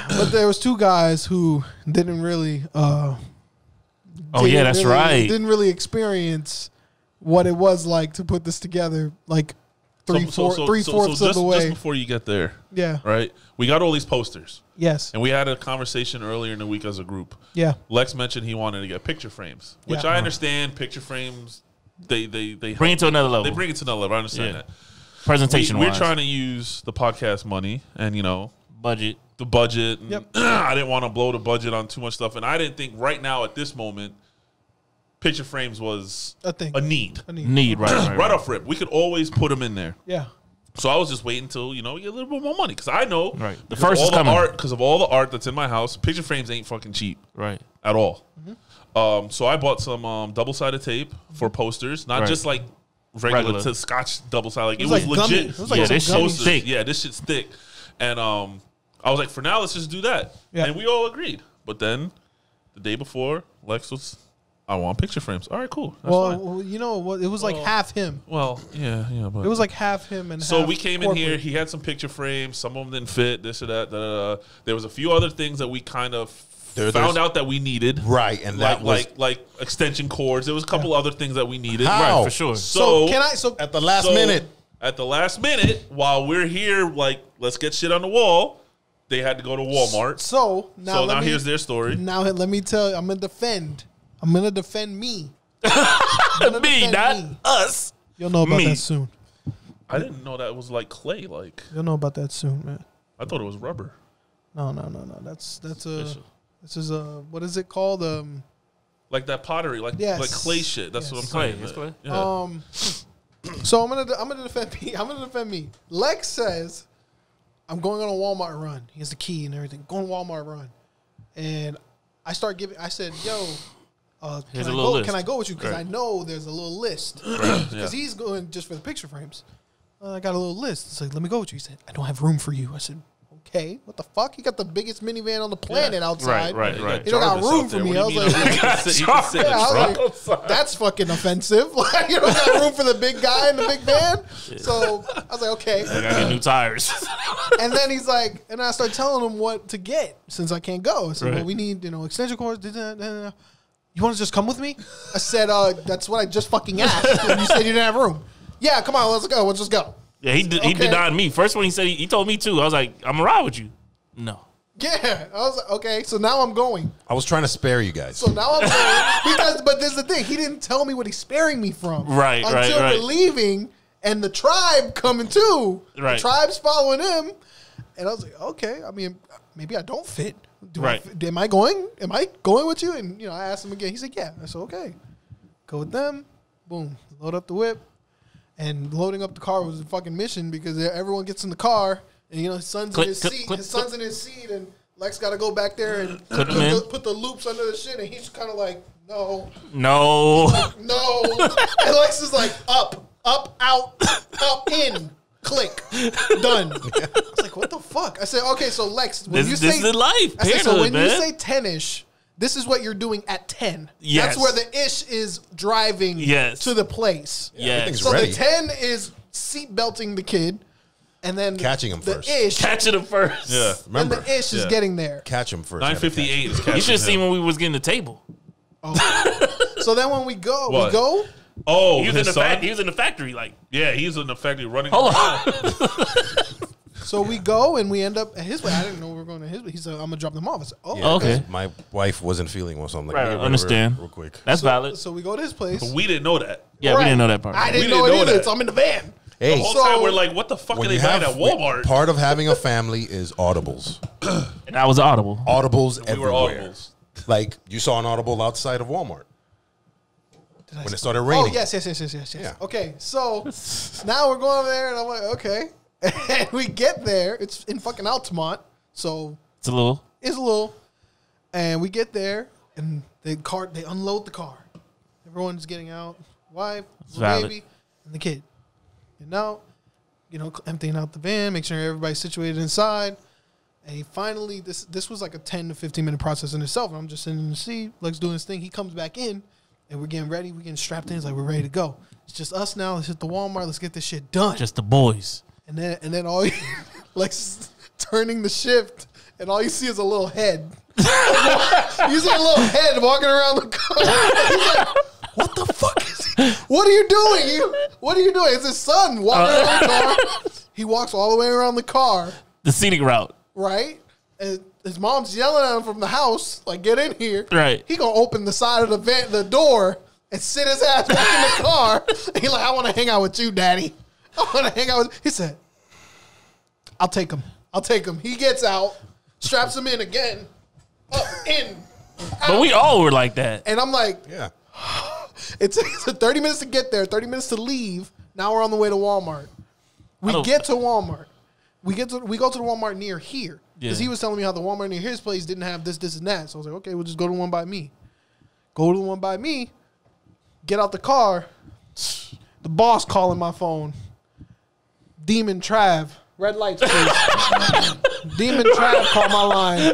but there was two guys who didn't really. uh Oh, yeah, didn't that's really- right. Didn't really experience what it was like to put this together, like three, four, three fourths just, of the way. Just before you get there, yeah. right? We got all these posters, Yes. and we had a conversation earlier in the week as a group. Yeah. Lex mentioned he wanted to get picture frames, which Yeah. Uh-huh. I understand. Picture frames, they they they Bring it to another level. they bring it to another level. I understand Yeah. that. We, Presentation we're wise. trying to use the podcast money, and you know budget. the budget. And Yep. I didn't want to blow the budget on too much stuff, and I didn't think right now at this moment, picture frames was A thing. a need. I need- Need, right? Right, Right, right. off rip, we could always put them in there. Yeah. So I was just waiting until you know we get a little bit more money because I know Right. The because first all is the coming. art because of all the art that's in my house. Picture frames ain't fucking cheap Right. at all. Mm-hmm. Um, so I bought some um, double sided tape for posters, not Right. just like regular, Regular. to Scotch double sided. Like, it, was was like gummy. legit. It was like Yeah, some this shit gummy. posters. thick. Yeah, this shit's thick. And um, I was like, for now, let's just do that. Yeah. And we all agreed. But then the day before, Lex was, I want picture frames. All right, cool. That's Well, fine. well, you know what? It was like Well- half him. well, yeah, yeah, but It was like half him and so half we came in here. He had some picture frames. Some of them didn't fit. This or that. Da, da, da. There was a few other things that we kind of There- found there's- out that we needed. Right, and like that was like like extension cords. There was a couple other things that we needed. How? Right. For sure. So, can I? So at the last so minute. At the last minute, while we're here, like let's get shit on the wall. They had to go to Walmart. So so now now, let me, here's their story. now let me tell. you, I'm gonna defend. I'm gonna defend me. I'm gonna Me, defend not me. us. You'll know about me. that soon. I didn't know that was like clay. Like You'll know about that soon, man. I thought it was rubber. No, no, no, no. That's that's a. This is a what is it called? Um, Like that pottery, like Yes. like clay shit. That's what I'm Yes. Clay, saying. it's Like, clay. yeah. um. So I'm gonna I'm gonna defend me. I'm gonna defend me. Lex says, "I'm going on a Walmart run. He has the key and everything. Going Walmart run." and I start giving. I said, "Yo, uh, can, Here's I a little go, list. can I go with you? Because Right. I know there's a little list. Because he's going just for the picture frames. Uh, I got a little list. It's like, let me go with you. He said, I don't have room for you. I said, okay, what the fuck? You got the biggest minivan on the planet outside. right, right. You don't got Jarvis room out for there. me. What do I you was mean like, I'm- you can sit- you can sit in the Yeah, I truck. was like, that's fucking offensive. Like, you don't got room for the big guy and the big van. So I was like, okay. I get new tires. And then he's like, and I start telling him what to get since I can't go. So well, Right. we need, you know, extension cords. da- da- da- da. You want to just come with me? I said, uh, that's what I just fucking asked. And you said you didn't have room. Yeah, come on, let's go. Let's just go. yeah, he, did, he Okay. denied me. First one he said he, he told me too. I was like, I'm gonna ride with you. No. Yeah. I was like, okay, so now I'm going. I was trying to spare you guys. So now I'm going because, but there's the thing. He didn't tell me what he's sparing me from. Right, until right, right. we're leaving, and the tribe coming too. Right. the tribe's following him, and I was like, okay. I mean, maybe I don't fit. Do I Right. fit- am I going? Am I going with you? And you know, I asked him again. He said, yeah. I said, okay, go with them. Boom, load up the whip, and loading up the car was a fucking mission because everyone gets in the car, and you know, his son's Click, in his click, seat. click, his son's in his seat, and. Lex got to go back there and Clip put him in. the- put the loops under the shit, and he's kind of like, no, No. no. and Lex is like, up, up, out, up, in, click, done. I was like, what the fuck? I said, okay, so Lex, when This- you this say is life, I said, so parenthood, when you man. say ten ish. This is what you're doing at ten. Yes. That's where the ish is driving Yes. to the place. yeah. everything's So Ready. the ten is seat belting the kid, and then Catching him the first. Ish, Catching him first. Yeah, and Remember, the ish is Yeah. getting there. catch him first. Nine fifty eight is catching You should have seen him. when we was getting the table. So then when we go, we What? go. Oh, He was, in his the son. fac he was in the factory. Like, yeah, he's in the factory running. hold on. So we go and we end up at his way. I didn't know we were going to his way. He's like, I'm gonna drop them off. I said, oh, Okay. My wife wasn't feeling well, so I'm like, Right, "Yeah, right, whatever, understand. real quick. That's valid. So we go to his place. But we didn't know that. Yeah, we Right. didn't know that part. I didn't We know didn't it know either. that. So I'm in the van. Hey, The whole So- time we're like, what the fuck are they buying at Walmart? part of having a family is audibles, and I was audible. audibles we were everywhere. audibles. Like you saw an audible outside of Walmart Did I when say- it started oh raining. yes, yes, yes, yes, yes, yes. Yeah. Okay, so now we're going over there, and I'm like, okay. And we get there. It's in fucking Altamont, so It's a little. it's a little. And we get there, and the car they unload the car. Everyone's getting out. Wife, little valid. baby, and the kid. And now, you know, emptying out the van, make sure everybody's situated inside. And he finally this this was like a ten to fifteen minute process in itself. And I'm just sitting in the seat, Lex doing his thing. He comes back in, and we're getting ready. We're getting strapped in. It's like we're ready to go. It's just us now. Let's hit the Walmart. Let's get this shit done. Just the boys. And then and then all you, Lex is turning the shift, and all you see is a little head. you see a little head walking around the car. He's like, what the fuck is he? What are you doing? You what are you doing? It's his son walking around the car. He walks all the way around the car, The scenic route. right? And his mom's yelling at him from the house, like, get in here. Right. He gonna open the side of the van, the door and sit his ass back in the car. He like, I wanna hang out with you, daddy. I wanna hang out with he said, I'll take him. I'll take him. He gets out, straps him in again, up in. But we all were like that. And I'm like, Yeah. it takes 30 minutes to get there, 30 minutes to leave. Now we're on the way to Walmart. We don't- get to Walmart. We get to we go to the Walmart near here. Because Yeah. he was telling me how the Walmart near his place didn't have this, this, and that. So I was like, okay, we'll just go to the one by me. Go to the one by me, get out the car. The boss calling my phone. Demon Trav. Red lights, please. Demon Trav called my line.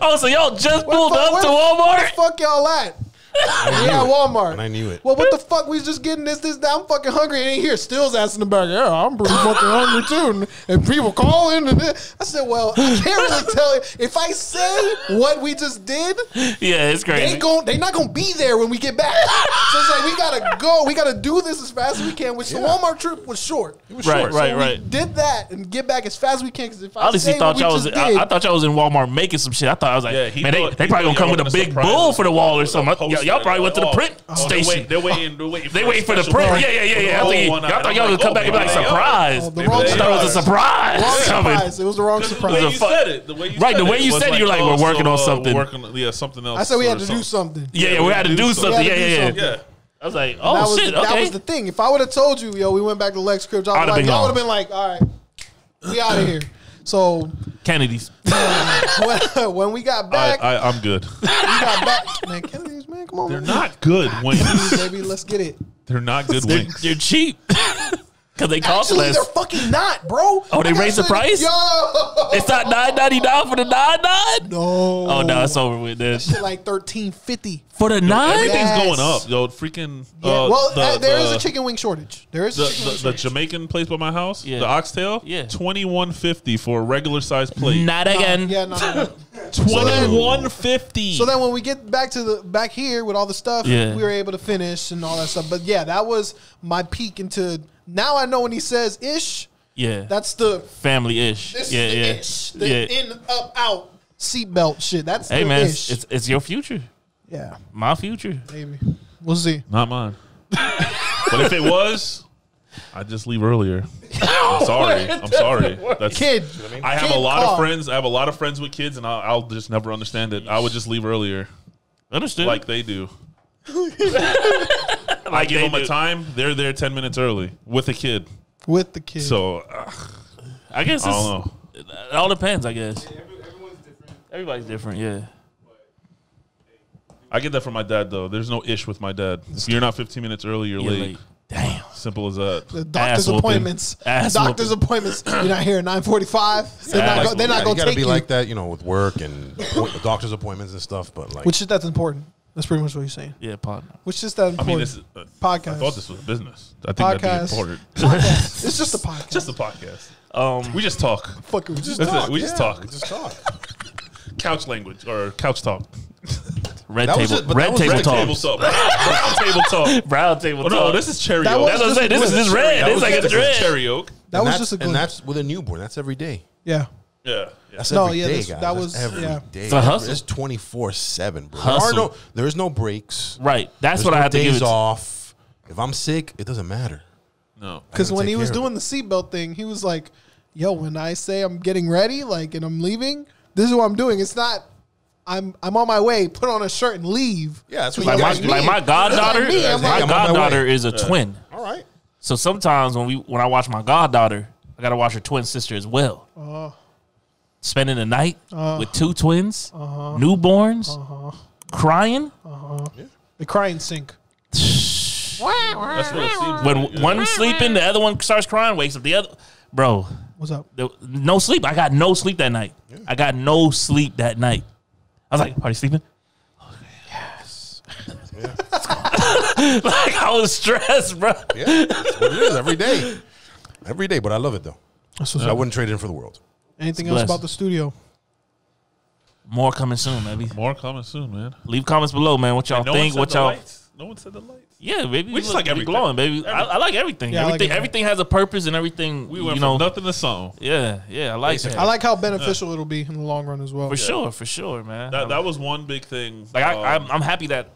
Oh, so y'all just pulled the fuck- up to where Walmart? the fuck y'all at? Yeah, it. Walmart. And I knew it. Well, what the fuck? We was just getting this, this, that. I'm fucking hungry. And he here still's asking the burger. Yeah, I'm pretty fucking hungry too. And, and people calling. And this. I said, well, I can't really tell you. If I say what we just did, Yeah, it's they crazy. gon' they not gonna be there when we get back. So it's like we gotta go. We gotta do this as fast as we can. Which the Walmart trip was short. right, right, right. Did that and get back as fast as we can. Because if I Honestly, say what thought we y'all was. just I, did, I thought y'all was in Walmart making some shit. I thought I was like, Yeah, he man, thought- they, they he probably gonna thought come y'all with a gonna big surprise bull us for the wall or something. Poster Y'all, y'all and probably went to the all. print Oh, they station. wait- They're waiting. They're waiting. for They a wait for the special print. one. Yeah, yeah, yeah, For the yeah. I whole think one. y'all I'm thought y'all would come back and be oh, like man, surprise. Oh, the I wrong they thought it was a are. surprise. wrong coming. surprise. It was the wrong The way you surprise. fu- said it, the way you Right, said the way it you was said it, you're like, we're so, working on uh, we're something. working on- yeah, something else. I said we or had to do something. something. Yeah, yeah, we had to do something. We Yeah, had to do yeah, yeah. something. Yeah, I was like, that oh was shit, that okay. was the thing. If I would have told you, yo, we went back to Lex Cribs, I I'd would have like, been y'all would gone. have been like, all right, we out of here. So Kennedy's. when, when we got I, back, I, I'm good. we got back. Man, Kennedy's man, Come on, They're man. not good wings. baby. Let's get it. They're not good wings. They're cheap because they cost Actually, less. they're fucking not, bro. Oh, they I got raised the something- price? Yo, It's not nine ninety nine for the nine nine. no. Oh no, it's over with. Then Oh, Shit like thirteen fifty. for the nine, Everything's Yes. going up, yo. Freaking. Yeah. uh, Oh, well, the- uh, there is the- a chicken wing shortage. There is The, a chicken wing the, the shortage. Jamaican place by my house, Yeah. the oxtail, Yeah. twenty one fifty for a regular size plate. not again. yeah, no, no, no. Twenty one fifty. So then when we get back to the back here with all the stuff, Yeah. we were able to finish and all that stuff. But yeah, that was my peek into. Now I know when he says ish, yeah, that's that's the family ish. this Yeah, is the yeah, ish, the yeah. in up out seatbelt shit. That's hey the man, it's, ish. it's it's your future, yeah, my future. maybe we'll see. Not mine. but if it was, I'd just leave earlier. I'm sorry. I'm sorry. That's Kid, I have kid a lot car. of friends. I have a lot of friends with kids, and I'll, I'll just never understand it. I would just leave earlier, Understood? like they do. I give they them a do. time; they're there ten minutes early with a kid. with the kid. So uh, I guess it's, I don't know. it all depends. I guess Everyone's different. everybody's different. Yeah, I get that from my dad, though. There's no ish with my dad. If you're not 15 minutes early, you're, You're late. late. Damn. Simple as that. the Ass doctor's whooping. appointments. Ass doctor's whooping. appointments. You're not here at 9:45. They're Ass not. Go, whooping. they're not Yeah, you gonna gotta take be you. like that, you know, with work and appoint- doctor's appointments and stuff. But like, Which is that's important. That's pretty much what you're saying. Yeah, partner. Which is that I important. mean, this is, uh, I podcast. thought this was business. I think that'd Podcast. be important. podcast. It's just a podcast. Just a podcast. Um, We just talk. fuck it. We just That's talk. it. We just Yeah, talk. we just talk. couch language or couch talk. red That table, was it, but that red was table red talk, Table talk. Brown table talk. brown table Oh, talk. no, this is cherry That oak. was That's what I'm saying. This is That just was red. This is like That a was red. cherry oak. That was and that's- just a and good. that's with a newborn. That's every day. Yeah. Yeah. yeah. That's No, every yeah, day, that's- guys. that That's was- every yeah. day. It's a hustle. It's twenty four seven, bro. Hustle. There are no, there is no breaks. Right. That's There's what no I have to give days it. To. off. If I'm sick, it doesn't matter. No. Because gotta when take he was care of doing the seatbelt thing, he was like, "Yo, when I say I'm getting ready, like, and I'm leaving, this is what I'm doing. It's not." I'm I'm on my way. Put on a shirt and leave. Yeah, that's what Like you my, guys That's do. like my me. goddaughter, That's me. I'm my like- goddaughter is a twin. All right. So sometimes when we when I watch my goddaughter, I gotta watch her twin sister as well. Uh-huh. Spending the night with two twins, Uh-huh. newborns, crying. The crying sink. That's what it seems When like, yeah. one sleeping, the other one starts crying, wakes up the other. Bro, What's up? there- no sleep. I got no sleep that night. I got no sleep that night. I was like, "Are you sleeping?" Yes. like I was stressed, bro. Yeah, that's what it is every day. Every day, but I love it though. That's what's I up. wouldn't trade it in for the world. Anything else blessed. about the studio? More coming soon, baby. More coming soon, man. Leave comments below, man. What y'all No one think? said What the y'all? lights. No one said the lights. Yeah, baby. We just look, like we everything. glowing, baby. I, I like everything. Yeah, I like everything, everything. everything has a purpose, and everything. We went you know, from nothing to something. yeah, yeah. I like that. Basically. I like how beneficial it'll be in the long run as well. for sure, for sure, man. That, that was one big thing. like I, Um, I'm, I'm happy that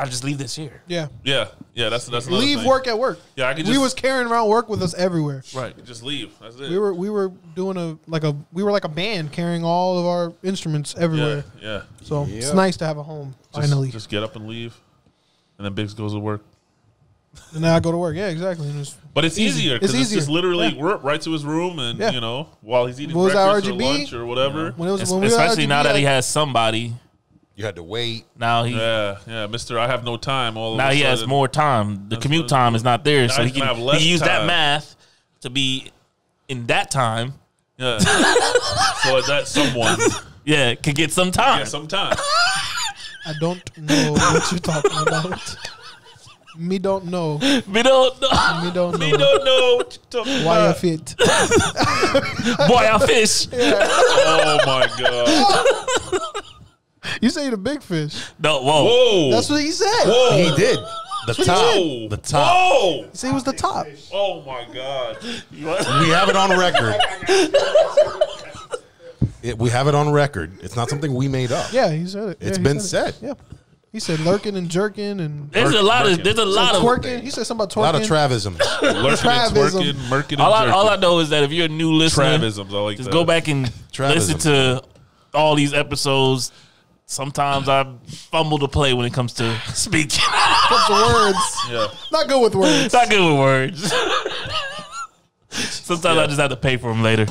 I just leave this here. Yeah. yeah, yeah. That's that's another Leave thing. work at work. Yeah, I could we just- was carrying around work with us everywhere. Right, just leave. That's it. We were we were doing a like a we were like a band carrying all of our instruments yeah, everywhere. yeah. So it's Yeah. nice to have a home Just, finally. just get up and leave, and then Biggs goes to work. and now I go to work. Yeah, exactly. And it's- But it's Easy. easier It's because it's, just easier. literally Yeah. we're up right to his room, and Yeah. you know while he's eating What was that, breakfast or RGB? lunch or whatever. when it was Es- when we were at especially RGB, now that he like, has somebody. You had to wait. Now he Yeah, yeah, Mister. I have no time. All of now a he has sudden. more time. The commute time is not there, so he's he can, gonna have he less can use that time. math to be in that time. Yeah. so that someone, Yeah, could get some time. yeah, sometime. I don't know what you're talking about. me don't know. Me we don't know. don't know. we don't know what you're talking why about. you fit? Boy, I fish. Oh my god! You say the big fish. No, whoa. Whoa! That's what he said. Whoa! He did. The Whoa! top. The top. Whoa! He said he was the top. Oh my god! We have it on record. It, we have it on record. It's not something we made up. Yeah, he said it. Yeah, It's he been said it. said. Yeah. He said lurking and jerking and There's a lot of there's a lot of twerking. He said something about A lot of twerking. travisms. Lurking and Travism. twerking, murking and all I, jerking. all I know is that if you're a new listener, Travisms. I like just that. go back and Travism. listen to all these episodes. Sometimes I fumble to play when it comes to speaking. the words. Yeah. Not good with words. Not good with words. Sometimes I just have to pay for them later.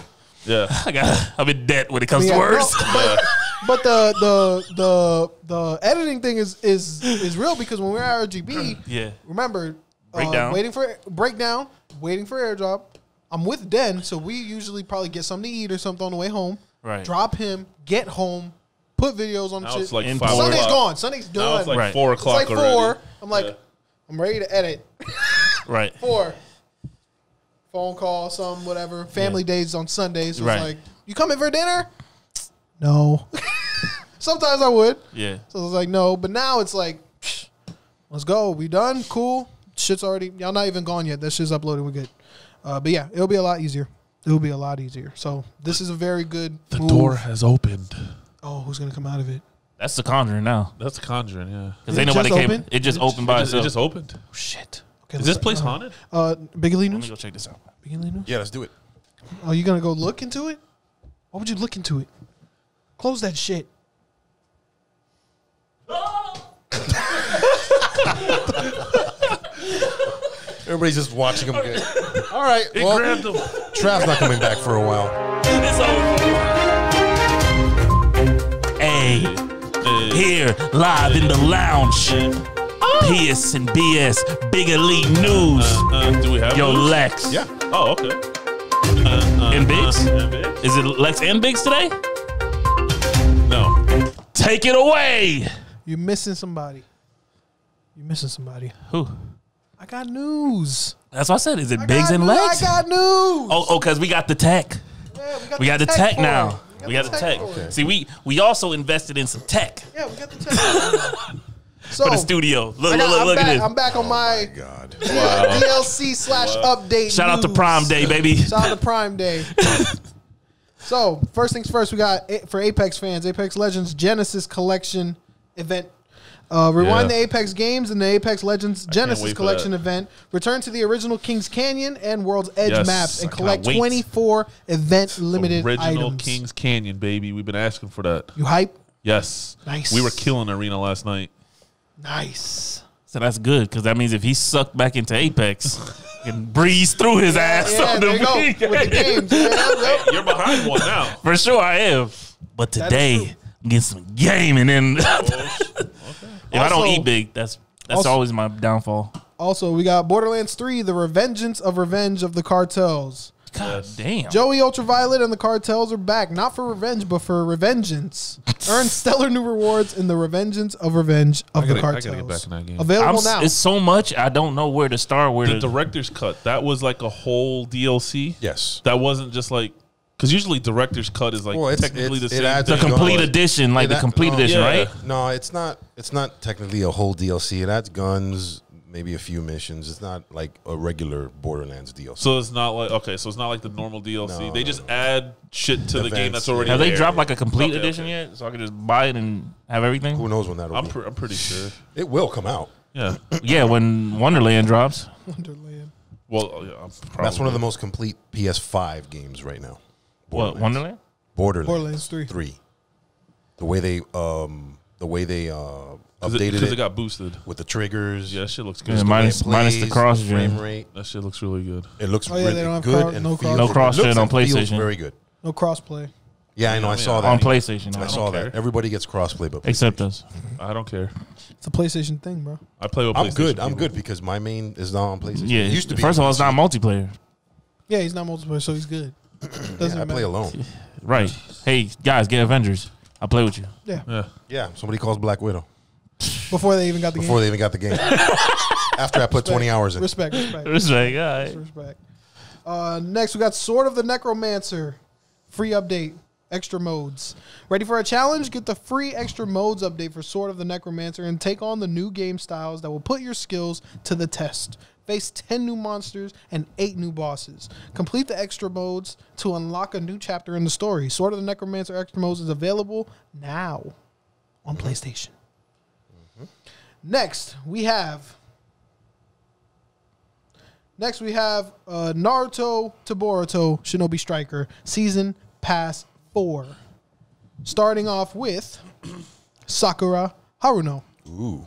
Yeah. I got I'm in debt when it comes to Yeah, words. no, but But the the the the editing thing is is is real because when we were at RGB, Yeah. remember uh, Breakdown. waiting for breakdown, waiting for airdrop. I'm with Den, so we usually probably get something to eat or something on the way home. Right. Drop him, get home, put videos on. Now shit. it's like Input. five Sunday's o'clock. gone. Sunday's done. Now it's like Right. four It's o'clock like four. already. I'm like, Yeah. I'm ready to edit. Right. Four. Phone call, some whatever. Family days on Sundays. So Right. It's like, you coming for dinner? No. Sometimes I would. Yeah. So I was like, no. But now it's like, let's go. We done. Cool. Shit's already, y'all not even gone yet. That shit's uploaded. We're good. Uh, but yeah, it'll be a lot easier. It'll be a lot easier. So this is a very good The move. door has opened. Oh, who's going to come out of it? That's the conjuring now. That's Conjuring, yeah. Because Did ain't it nobody just came. open? It just opened by It just, it itself. just opened. Shit. Okay, Oh, Is let's- this place uh, haunted? Uh, Biggily Let me News? go check this out. Biggily News? Yeah, let's do it. Oh, you gonna go look into it? Why would you look into it? Close that shit. Everybody's just watching him. Get, All right. Well, him. Trav's not coming back for a while. Hey, here live in the lounge. Oh. PS and BS, Bigger League News. Uh, do we have Yo, those? Lex. Yeah. Oh, okay. And Biggs? Uh, Biggs? Is it Lex and Biggs today? No. Take it away. You're missing somebody. You're missing somebody. Who? I got news. That's what I said. Is it I Biggs got and news. Lex? I got news. Oh, oh, because we got the tech. yeah, We got the tech tech for now. it. We got the tech. for it. See, we we also invested in some tech Yeah, we got the tech. for it. so for the studio. Look, I look, look, am look back, at this. I'm back on my God. DLC slash update. Shout out to news. Prime Day, baby. Shout out to Prime Day. so first things first, we got A- for Apex fans, Apex Legends Genesis Collection event. Uh, rewind Yeah. the Apex games and the Apex Legends Genesis wait for Collection that. event. Return to the original Kings Canyon and World's Edge Yes, maps and I collect cannot wait. 24 event limited Original items. Kings Canyon, baby. We've been asking for that. You hype? Yes. Nice. We were killing Arena last night. Nice. So that's good because that means if he sucked back into Apex and breeze through his ass Yeah, on the there you go with weekend. the games. Yeah, yep. You're behind one now. For sure, I am. But true. Oh, today, I'm getting some gaming in. if I Also- don't eat big, that's that's also- always my downfall. Also, we got Borderlands 3: The Revengeance of Revenge of the Cartels. God damn. Joey Ultraviolet and the cartels are back, not for revenge, but for revengeance. Earn stellar new rewards in the revengeance of revenge of gotta- the I gotta cartels. get back in that game. I'm Available s- now. It's so much, I don't know where to start. Where The to, director's cut. That was like a whole DLC. Yes. That wasn't just like because usually director's cut is like Well, it's- technically it's- the it same. adds the There you go. complete edition, like Yeah, the that- complete oh, edition, yeah. right? No, it's not. It's not technically a whole DLC. It adds guns, maybe a few missions. It's not like a regular Borderlands DLC. So it's not like okay, so it's not like the normal DLC. No, they no, just add shit to the game Events, that's already. Have they there. dropped like a complete Okay, edition okay. yet? So I can just buy it and have everything. Who knows when that'll I'm be? pre- I'm pretty sure. it will come out. Yeah. Yeah, when Wonderland drops. Wonderland. Well, uh, yeah, I'm probably. That's one of the most complete PS5 games right now. What Wonderland? Borderlands, Borderlands 3. Three. The way they um the way they uh Cause it, updated 'cause it, it got boosted. with the triggers. Yeah, that shit looks Yeah, good. my- way it Minus- minus the cross frame gen. rate. that shit looks really good. It looks Oh, yeah, they really don't have good cro- and no feels- cross- No cross looks gen and on feels PlayStation. Very good. No crossplay. Yeah, I know. I mean, saw I- that. On PlayStation, I I saw don't that. care. Everybody gets crossplay, but except us. I don't care. It's a PlayStation thing, bro. I play with. I'm PlayStation good. I'm people. good because my main is not on PlayStation. Yeah, It used to be. First of on all, it's not PC. multiplayer, Yeah, he's not multiplayer, so he's good. Doesn't Yeah, I play matter. alone. right? Hey guys, get Avengers. I play with you. Yeah. Yeah, somebody calls Black Widow Before they even got the before game. they even got the game. After I put 20 hours in. Respect, respect. It's like, all right. respect. Uh, next, we got Sword of the Necromancer. Free update. Extra modes. Ready for a challenge? Get the free extra modes update for Sword of the Necromancer and take on the new game styles that will put your skills to the test. Face 10 new monsters and 8 new bosses. Complete the extra modes to unlock a new chapter in the story. Sword of the Necromancer extra modes is available now on PlayStation. Next, we have Next, we have uh, Naruto to Boruto Shinobi Striker Season Pass 4. Starting off with Sakura Haruno. Ooh.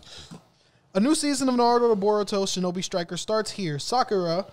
A new season of Naruto to Boruto Shinobi Striker starts here. Sakura,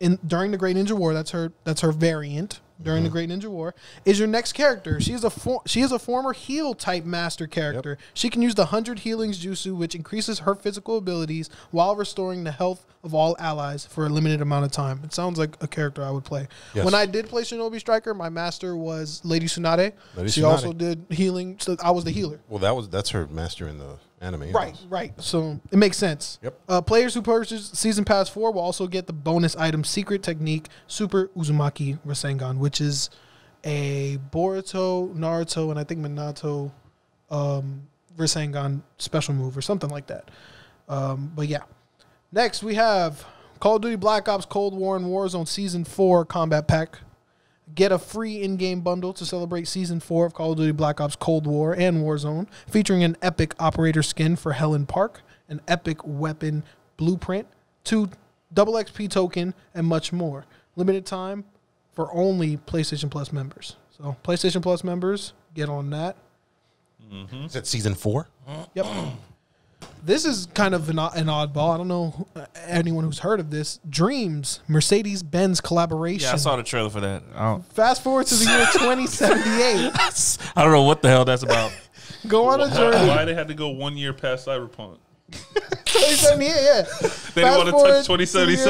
in during the Great Ninja War, that's her that's her variant, during Mm-hmm. the Great Ninja War is your next character. She is a for- she is a former heal type master character. She can use the hundred healings jutsu, which increases her physical abilities while restoring the health of all allies for a limited amount of time. It sounds like a character I would play. Yes. When I did play Shinobi Striker, my master was Lady Tsunade. Lady she Tsunade. also did healing. So I was the healer. Well, that was that's her master in the anime. Right, right. So it makes sense. Yep. Uh, players who purchase Season Pass 4 will also get the bonus item Secret Technique Super Uzumaki Rasengan, which is a Boruto, Naruto, and I think Minato um, Rasengan special move or something like that. Um, but yeah. Next, we have Call of Duty Black Ops Cold War and Warzone Season 4 Combat Pack. Get a free in game bundle to celebrate Season 4 of Call of Duty Black Ops Cold War and Warzone, featuring an epic operator skin for Helen Park, an epic weapon blueprint, two double XP token, and much more. Limited time for only PlayStation Plus members. So, PlayStation Plus members, get on that. Is that season four? Yep. This is kind of an, o- an oddball. I don't know uh, anyone who's heard of this. Dreams, Mercedes Benz collaboration. Yeah, I saw the trailer for that. I don't, Fast forward to the year 2078. I don't know what the hell that's about. Go on a journey. Why they had to go one year past Cyberpunk? 2078, They yeah. didn't want to Fast forward touch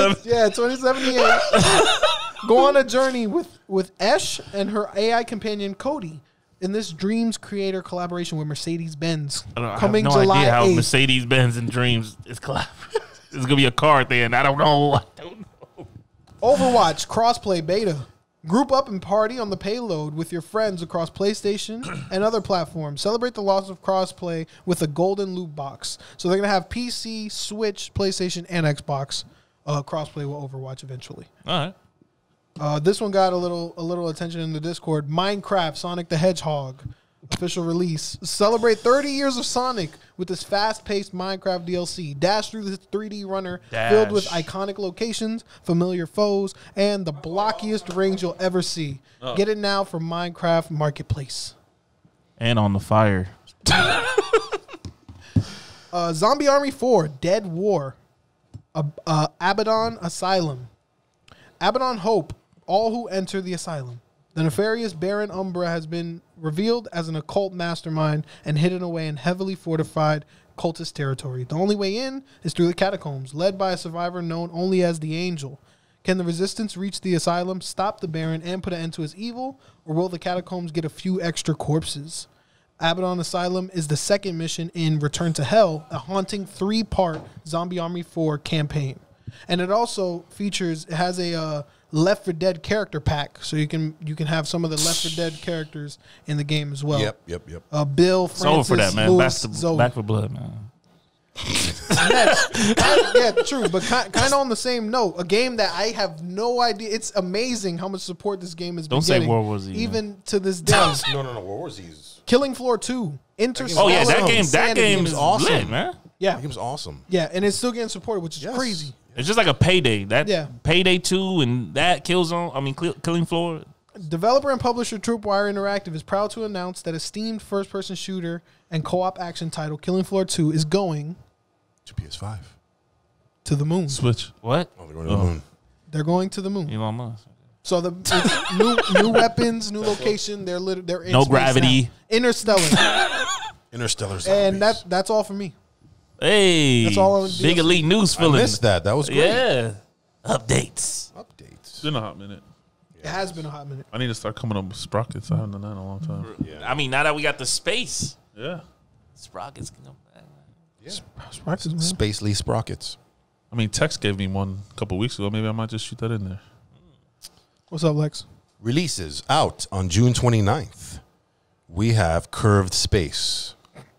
2077. two years- Yeah, 2078. Go on a journey with, with Esh and her AI companion Cody in this Dreams creator collaboration with Mercedes Benz. I, don't, I Coming have no July idea how 8th. Mercedes Benz and Dreams is collab. it's gonna be a car thing. I don't know. I don't know. Overwatch crossplay beta. Group up and party on the payload with your friends across PlayStation and other platforms. Celebrate the loss of crossplay with a golden loot box. So they're gonna have PC, Switch, PlayStation, and Xbox uh, crossplay with Overwatch eventually. All right. Uh, this one got a little a little attention in the Discord. Minecraft Sonic the Hedgehog official release. Celebrate 30 years of Sonic with this fast-paced Minecraft DLC. Dash through the 3D runner filled with Dash. iconic locations, familiar foes, and the blockiest range you'll ever see. Get it now from Minecraft Marketplace. And on the fire. Uh, Zombie Army 4, Dead War, Ab- uh, Abaddon Asylum, Abaddon Hope, all who enter the asylum. The nefarious Baron Umbra has been revealed as an occult mastermind and hidden away in heavily fortified cultist territory. The only way in is through the catacombs, led by a survivor known only as the Angel. Can the resistance reach the asylum, stop the Baron, and put an end to his evil, or will the catacombs get a few extra corpses? Abaddon Asylum is the second mission in Return to Hell, a haunting three part Zombie Army 4 campaign. And it also features it has a uh, Left for Dead character pack, so you can you can have some of the Left for Dead characters in the game as well. Yep, yep, yep. Uh, Bill, Francis, It's over for that, man. Back, Lewis, to, Zoe. back for blood, man. Kind- Uh, yeah, true, but kind of on the same note, a game that I have no idea. It's amazing how much support this game has been Don't say getting, World War Z, man. even to this day. no, no, no. What was these? Killing Floor Two, Inter. Oh yeah, that Solid game. That Sanity. game is is awesome. lit, man. Yeah, That game's awesome. Yeah, and it's still getting supported, which is Yes. crazy. It's just like a payday. That Yeah. payday two and that Killzone. I mean, Kill- Killing Floor. Developer and publisher Troopwire Interactive is proud to announce that esteemed first-person shooter and co-op action title Killing Floor 2 is going To PS5. to the moon. Switch. What? Oh, they're going to the moon. They're going to the moon. Elon Musk. So the it's new, new weapons, new location. They're lit, they're in No space gravity. now. Interstellar, Interstellar zombies. and that that's all for me. Hey, That's all on big DLC. elite news I filling. missed that. That was great. Yeah, updates. Updates. It's been a hot minute. It has been a hot minute. I need to start coming up with sprockets. I haven't done that in a long time. I mean, now that we got the space, Yeah. sprockets. can come back. Space Lee Sprockets. I mean, Tex gave me one a couple weeks ago. Maybe I might just shoot that in there. What's up, Lex? Releases out on June 29th. We have Curved Space.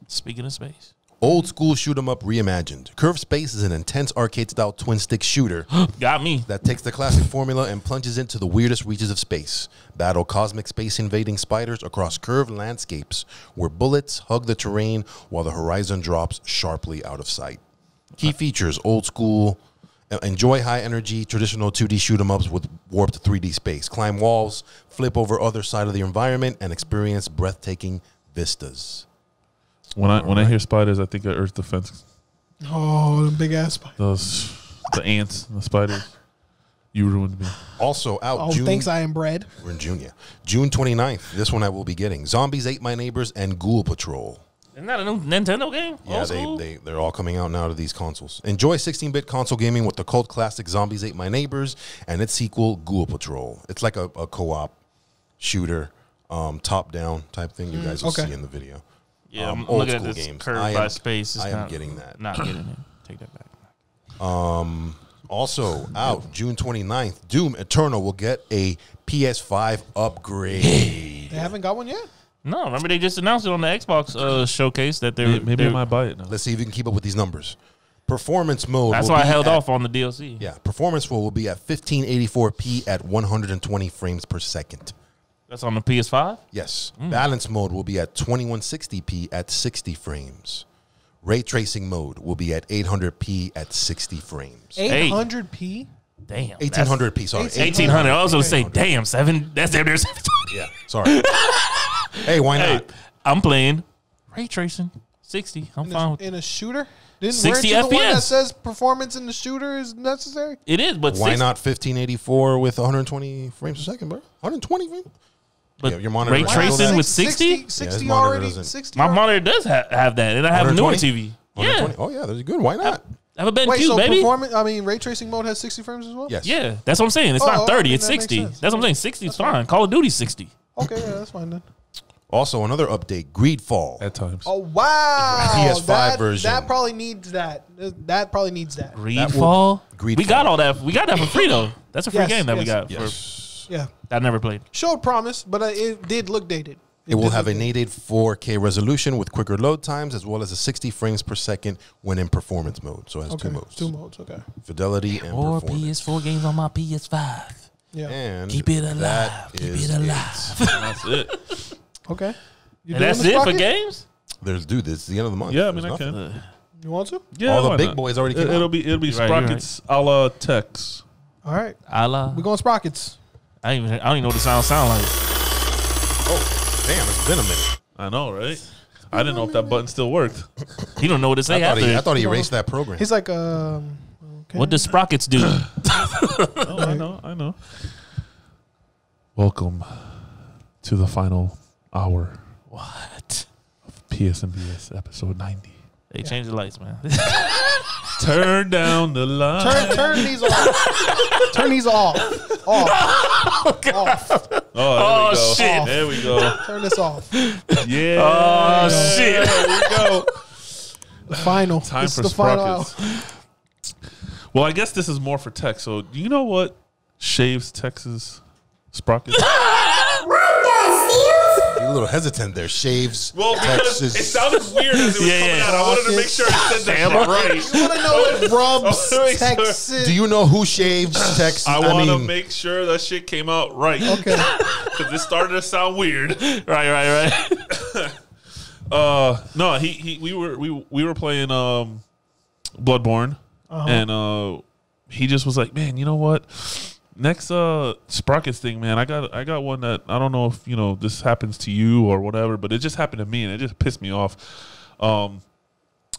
Speaking of space, Old school shoot 'em up reimagined. Curved Space is an intense arcade style twin stick shooter got me. that takes the classic formula and plunges into the weirdest reaches of space. Battle cosmic space invading spiders across curved landscapes where bullets hug the terrain while the horizon drops sharply out of sight. Key features old school. uh, Enjoy high energy traditional 2D shoot 'em ups with warped 3D space. Climb walls, flip over other side of the environment, and experience breathtaking vistas. When I when I hear spiders, I think of Earth Defense. Oh, the big ass spider. Those the ants and the spiders. You ruined me. Also out Oh, June. thanks, I am bread. We're in June, yeah. June 29th. This one I will be getting. Zombies Ate My Neighbors and Ghoul Patrol. Isn't that a new Nintendo game? Yeah, Old they, school? they, they're all coming out now to these consoles. Enjoy 16 bit console gaming with the cult classic Zombies Ate My Neighbors and its sequel, Ghoul Patrol. It's like a, a co op shooter, um, top down type thing you guys will okay. see in the video. Mm, Yeah, Um, I'm old looking at school this games. curved I am- by space. It's I am not- getting that. Not getting it. Take that back. Also out June 29th, Doom Eternal will get a PS5 upgrade. They haven't got one yet. No, remember they just announced it on the Xbox uh, showcase that they're Maybe they're- I might buy it now. Let's see if you can keep up with these numbers. Performance mode. That's will why I be held at- off on the DLC. Yeah, performance mode will be at 1584p at 120 frames per second. That's on the PS5. Yes. Mm. Balance mode will be at 2160p at 60 frames. Ray tracing mode will be at 800p at 60 frames. Hey. 800p. Damn, that's- 1800p, sorry. 1800. I was gonna say, damn, seven. That's damn near seven. Yeah, sorry. hey, why hey, not? I'm playing ray tracing 60. I'm In fine. a, With in a shooter. Didn't 60 60 you the one that FPS. says performance in the shooter is necessary? it is, but Why 60 not 1584 with 120 frames per second, bro? 120 frames? But Yeah, your monitor ray doesn't Why not tracing have with six- 60. 60 monitor already. doesn't. 60 My already? monitor does ha- have that, and I have a newer 120? TV. Yeah, 120? Oh, yeah, there's good. Why not? I have a Ben Wait, Q, so baby. performance. I mean, ray tracing mode has 60 frames as well. Yes. yeah, that's what I'm saying. It's Oh, not okay, 30. It's that makes 60. sense. That's what I'm saying. 60 is fine. Call of Duty 60. Okay, yeah, that's fine then. Also, another update Greedfall. At times. Oh wow! PS5 that, version. That probably needs that. That probably needs that. That will- Greedfall. Greedfall. We got all that. We got that for free though. That's a free Yes, game that we yes. got. Yeah, For, that I never played. showed promise, but uh, it did look dated. It will did have a look dated. native 4K resolution with quicker load times, as well as a 60 frames per second when in performance mode. So it has Okay, two modes: two modes. Okay, fidelity and performance. games on my PS5. yeah. And Keep it That alive. Keep is it alive. That's it. Okay, you And that's doing it this, for Rocket? games. There's dude. It's the end of the month. Yeah, I There's mean, I nothing. can. You want to? Yeah, All the why big not? boys already came It, will out. be it'll be You're right, you're sprockets a la Tex. All right, Allah. we're going sprockets. I don't even. I don't even know what the sound sound like. Oh, damn! It's been a minute. I know, right? I didn't know if that button still worked. He don't know what to say I thought, after. he, I thought he erased that program. He's like, um, okay. what does sprockets do? Oh, I know, I know. Welcome to the final hour what? of PSMBS episode 90. They change the lights, man. Turn down the light. turn turn these off? turn these off. Off. off. Oh, there we Oh, go. shit. There we go. Turn this off. Yeah. oh shit! There we go. The final. Time This for is the final hour. sprockets. Well, I guess this is more for Tex. So, you know what shaves Tex's sprockets? You're a little hesitant there. Shaves. Well, because Texas. it sounded weird as it was Yeah, coming yeah. out. I wanted to make sure I said Am that shit right. I know what rubs Oh, wait, sorry. Texas. Do you know who shaves Texas? I want to mean, make sure that shit came out right because okay. it started to sound weird. Right, right, right. Uh, no, he, he we were we we were playing um, Bloodborne, and uh, he just was like, man, you know what? Next uh sprockets thing, man. I got I got one that I don't know if you know this happens to you or whatever, but it just happened to me and it just pissed me off. Um,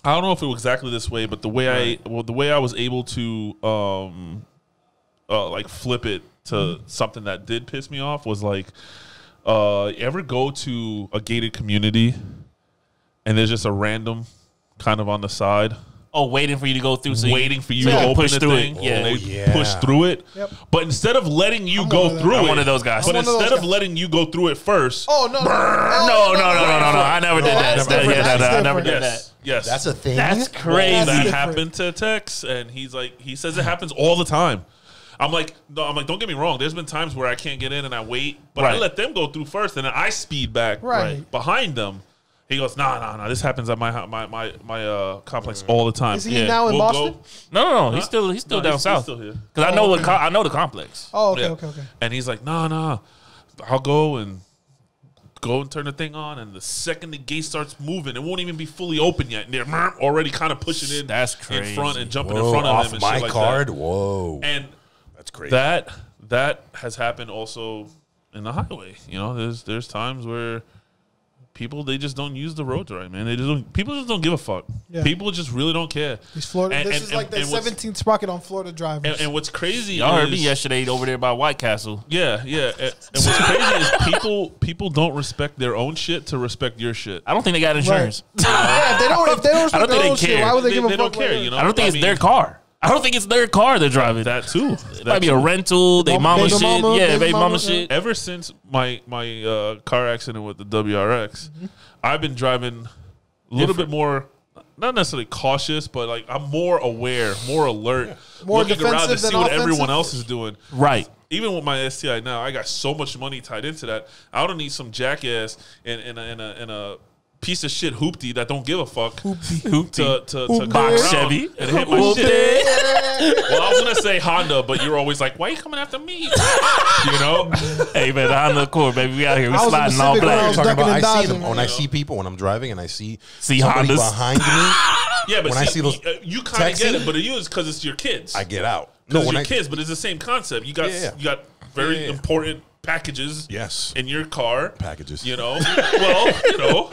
I don't know if it was exactly this way, but the way I well the way I was able to um, uh, like flip it to something that did piss me off was like, uh, you ever go to a gated community and there's just a random kind of on the side Oh, waiting for you to go through. So waiting for you Yeah. to open Push the through thing. it. Yeah. and they Oh, yeah. push through it. Yep. But instead of letting you one go of through those- it, I'm one of those guys. But I'm one of those instead of guys. letting you go through it first, Oh no! No, You, no, no, no, no, no, no. I never did that. that's That- yeah, different. that- That's I never did different. yes, yes, that's a thing. that. That's Well, crazy. that different. happened to Tex, and he's like, he says it happens all the time. I'm like, no, I'm like, don't get me wrong. There's been times where I can't get in and I wait, but I Right. let them go through first, and then I speed back Right. behind them. He goes, nah, nah, nah. This happens at my hou- my my my uh, complex all the time. Is he now in Boston? No, no, no. He's still he's still No, down he's- he's south. still here. Cause I know what co- I know the complex. Oh, okay, Yeah. okay, okay. And he's like, nah, nah, I'll go and go and turn the thing on. And the second the gate starts moving, it won't even be fully open yet. And they're merp, already kind of pushing in That's in front crazy. and jumping Whoa, in front of off them and my shit like card. Whoa, that. And that's crazy. that that has happened also in the highway. You know, there's there's times where people they just don't use the roads right, man. They just don't. People just don't give a fuck. Yeah. People just really don't care. These Florida, And- this and- is like and- the and what's- 17th sprocket on Florida drivers. And, and what's crazy? Y'all heard is- me yesterday over there by White Castle. Yeah, yeah. And, and what's crazy is people people don't respect their own shit to respect your shit. I don't think they got insurance. yeah, if they don't, if they don't, I don't their think own they shit, care. why would they, They- give a they fuck? don't care, like that? you know? I don't think I it's mean- their car. I don't think it's their car they're driving. That too. It might That be too. a rental. They Baby mama shit. mama, yeah, baby baby mama, mama, shit. Ever since my my uh, car accident with the WRX, Mm-hmm. I've been driving a little bit more, not necessarily cautious, but like I'm more aware, more alert, More looking around to defensive see than what offensive. everyone else is doing. Right. Even with my STI now, I got so much money tied into that. I don't need some jackass and and a, and a, and a piece of shit hoopty that don't give a fuck Hoopty. to to, to Hoopty. box Box Chevy. and hit my Hoopty. shit. Well, I was gonna say Honda, but you're always like, why are you coming after me? you know. hey man, the Honda Accord, baby. We out here. We I was in sliding all Pacific when I black. was- I'm talking about. ducking and I see dodging them when right I see people when I'm driving, and I see See somebody Hondas. behind me. Yeah, but When I see, see those you, you kind of taxi- get it, but you is because it's your kids. I get out. no, it's when your I, kids, but it's the same concept. You got Yeah, yeah. you got very Yeah, yeah, yeah. important packages. Yes. in your car Packages. You know, well, you know.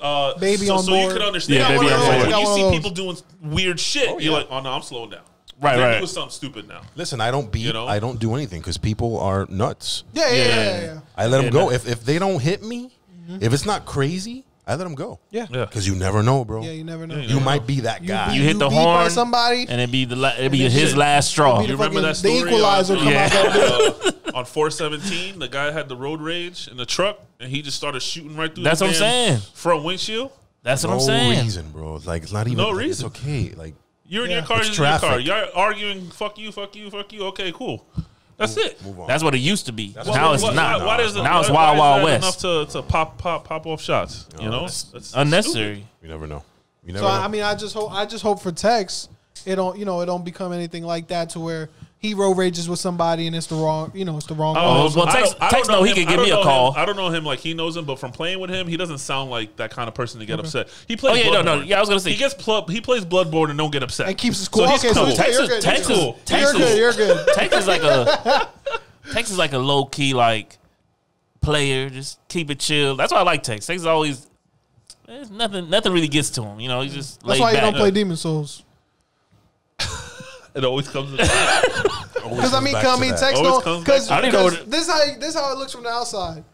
Uh, Baby so, on so you board. can understand Yeah, yeah, baby on board. when Got you one of see those. people doing weird shit, you're yeah. like, oh no, I'm slowing down. Right, They're right. doing something stupid now. Listen, I don't beat. You know? I don't do anything because people are nuts. Yeah, yeah, yeah, yeah. yeah. I let them go. If if they don't hit me, if it's not crazy, I let them go. Yeah. Yeah. because you never know, bro. Yeah, you never know. You might be that guy. You hit the beat by horn, somebody. and it'd be the la- it'd be And his shit. last straw. Be the You remember fucking- that story? The equalizer on, come out on, that uh, on 417, the guy had the road rage in the truck, and he just started shooting right through. That's the what I'm damn saying. Front windshield. That's what no I'm saying. reason, bro. It's Like it's not even. No like, reason. It's okay. Like You're in your car. It's You're in your car. traffic. You're arguing. Fuck you. Fuck you. Fuck you. Okay, cool. That's it. move on. That's what it used to be. what- now it's Why- not. Why, why does it, now it's why- Wild why Wild is that West. enough to, to pop pop pop off shots. You know, that's- That's Unnecessary. stupid. you never know. You never So know. I mean, I just hope I just hope for Tex, it don't you know it don't become anything like that to where he road rages with somebody and it's the wrong you know it's the wrong. I don't Oh, well, know. I text- don't- I text don't know he him. could I give don't me a know him. call. I don't know him like he knows him, but from playing with him, he doesn't sound like that kind of person to get upset. He Oh, plays. yeah, no, no. Bloodborne. Yeah, I was gonna say- he gets pl- he plays Bloodborne and don't get upset and keeps his cool. So he's okay, so cool. he's- Texas- you're good. Texas- you're good. Texas- You're good. You're good. Tex is like a Tex is like a low key like player. Just keep it chill. That's why I like Tex. Tex is always eh, nothing. Nothing really gets to him. You know, he's just That's laid why you back. don't play Demon Souls. It always comes. Because I mean, I mean, Tex Always don't. comes Because back to that. this is how this is how it looks from the outside.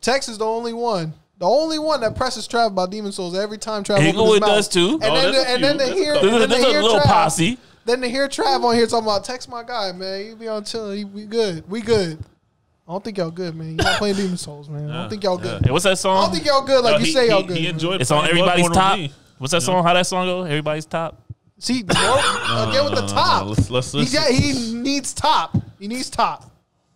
Tex is the only one, the only one that presses Trav by Demon Souls every time Trav opens Inglewood his mouth. does too. And No, there's then, the, a and then few. There's they a hear, couple. and then There's they a hear little Trav. posse. Then they hear Trav on here talking about text my guy, man. You be on chilling. He- We good. We good. I don't think y'all good, man. Y'all playing Demon Souls, man. I don't think y'all good. Hey, what's that I song? don't think y'all good like you he, say y'all he- good. He man. enjoyed. it's on playing everybody's Bloodborne with top. me. What's that song? How that song go? Everybody's top. See, Norm, again with the top. no, let's- let's He listen. got- he, needs top. He needs top.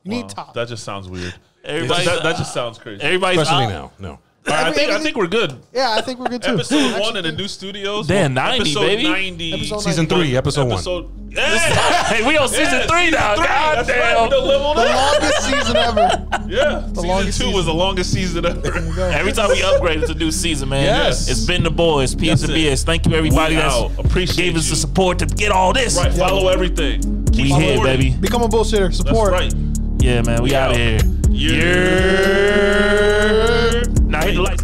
You need Wow, top. That just sounds weird. Everybody's that, that just sounds crazy. Everybody's especially up. now. No, All right, I think I everything- think we're good. yeah, I think we're good too. Episode Actually, one in the new studios. Damn, 90, episode baby. 90. Episode season three, episode, one. Episode- Yeah, Hey, we on season yeah, three now. three. God That's right, damn. we done leveled the up. longest season ever. Yeah, season two longest was season. the longest season ever. Every time we upgrade, it's a new season, man. Yes. It's been the boys, P's That's and it. B's. Thank you, everybody We that's out. Appreciate gave us the you. support to get all this. Right, follow everything. Keep We here, supporting. baby. Become a bullshitter. That's Support. right. Yeah, man, we out of here. You're. Now hit the lights.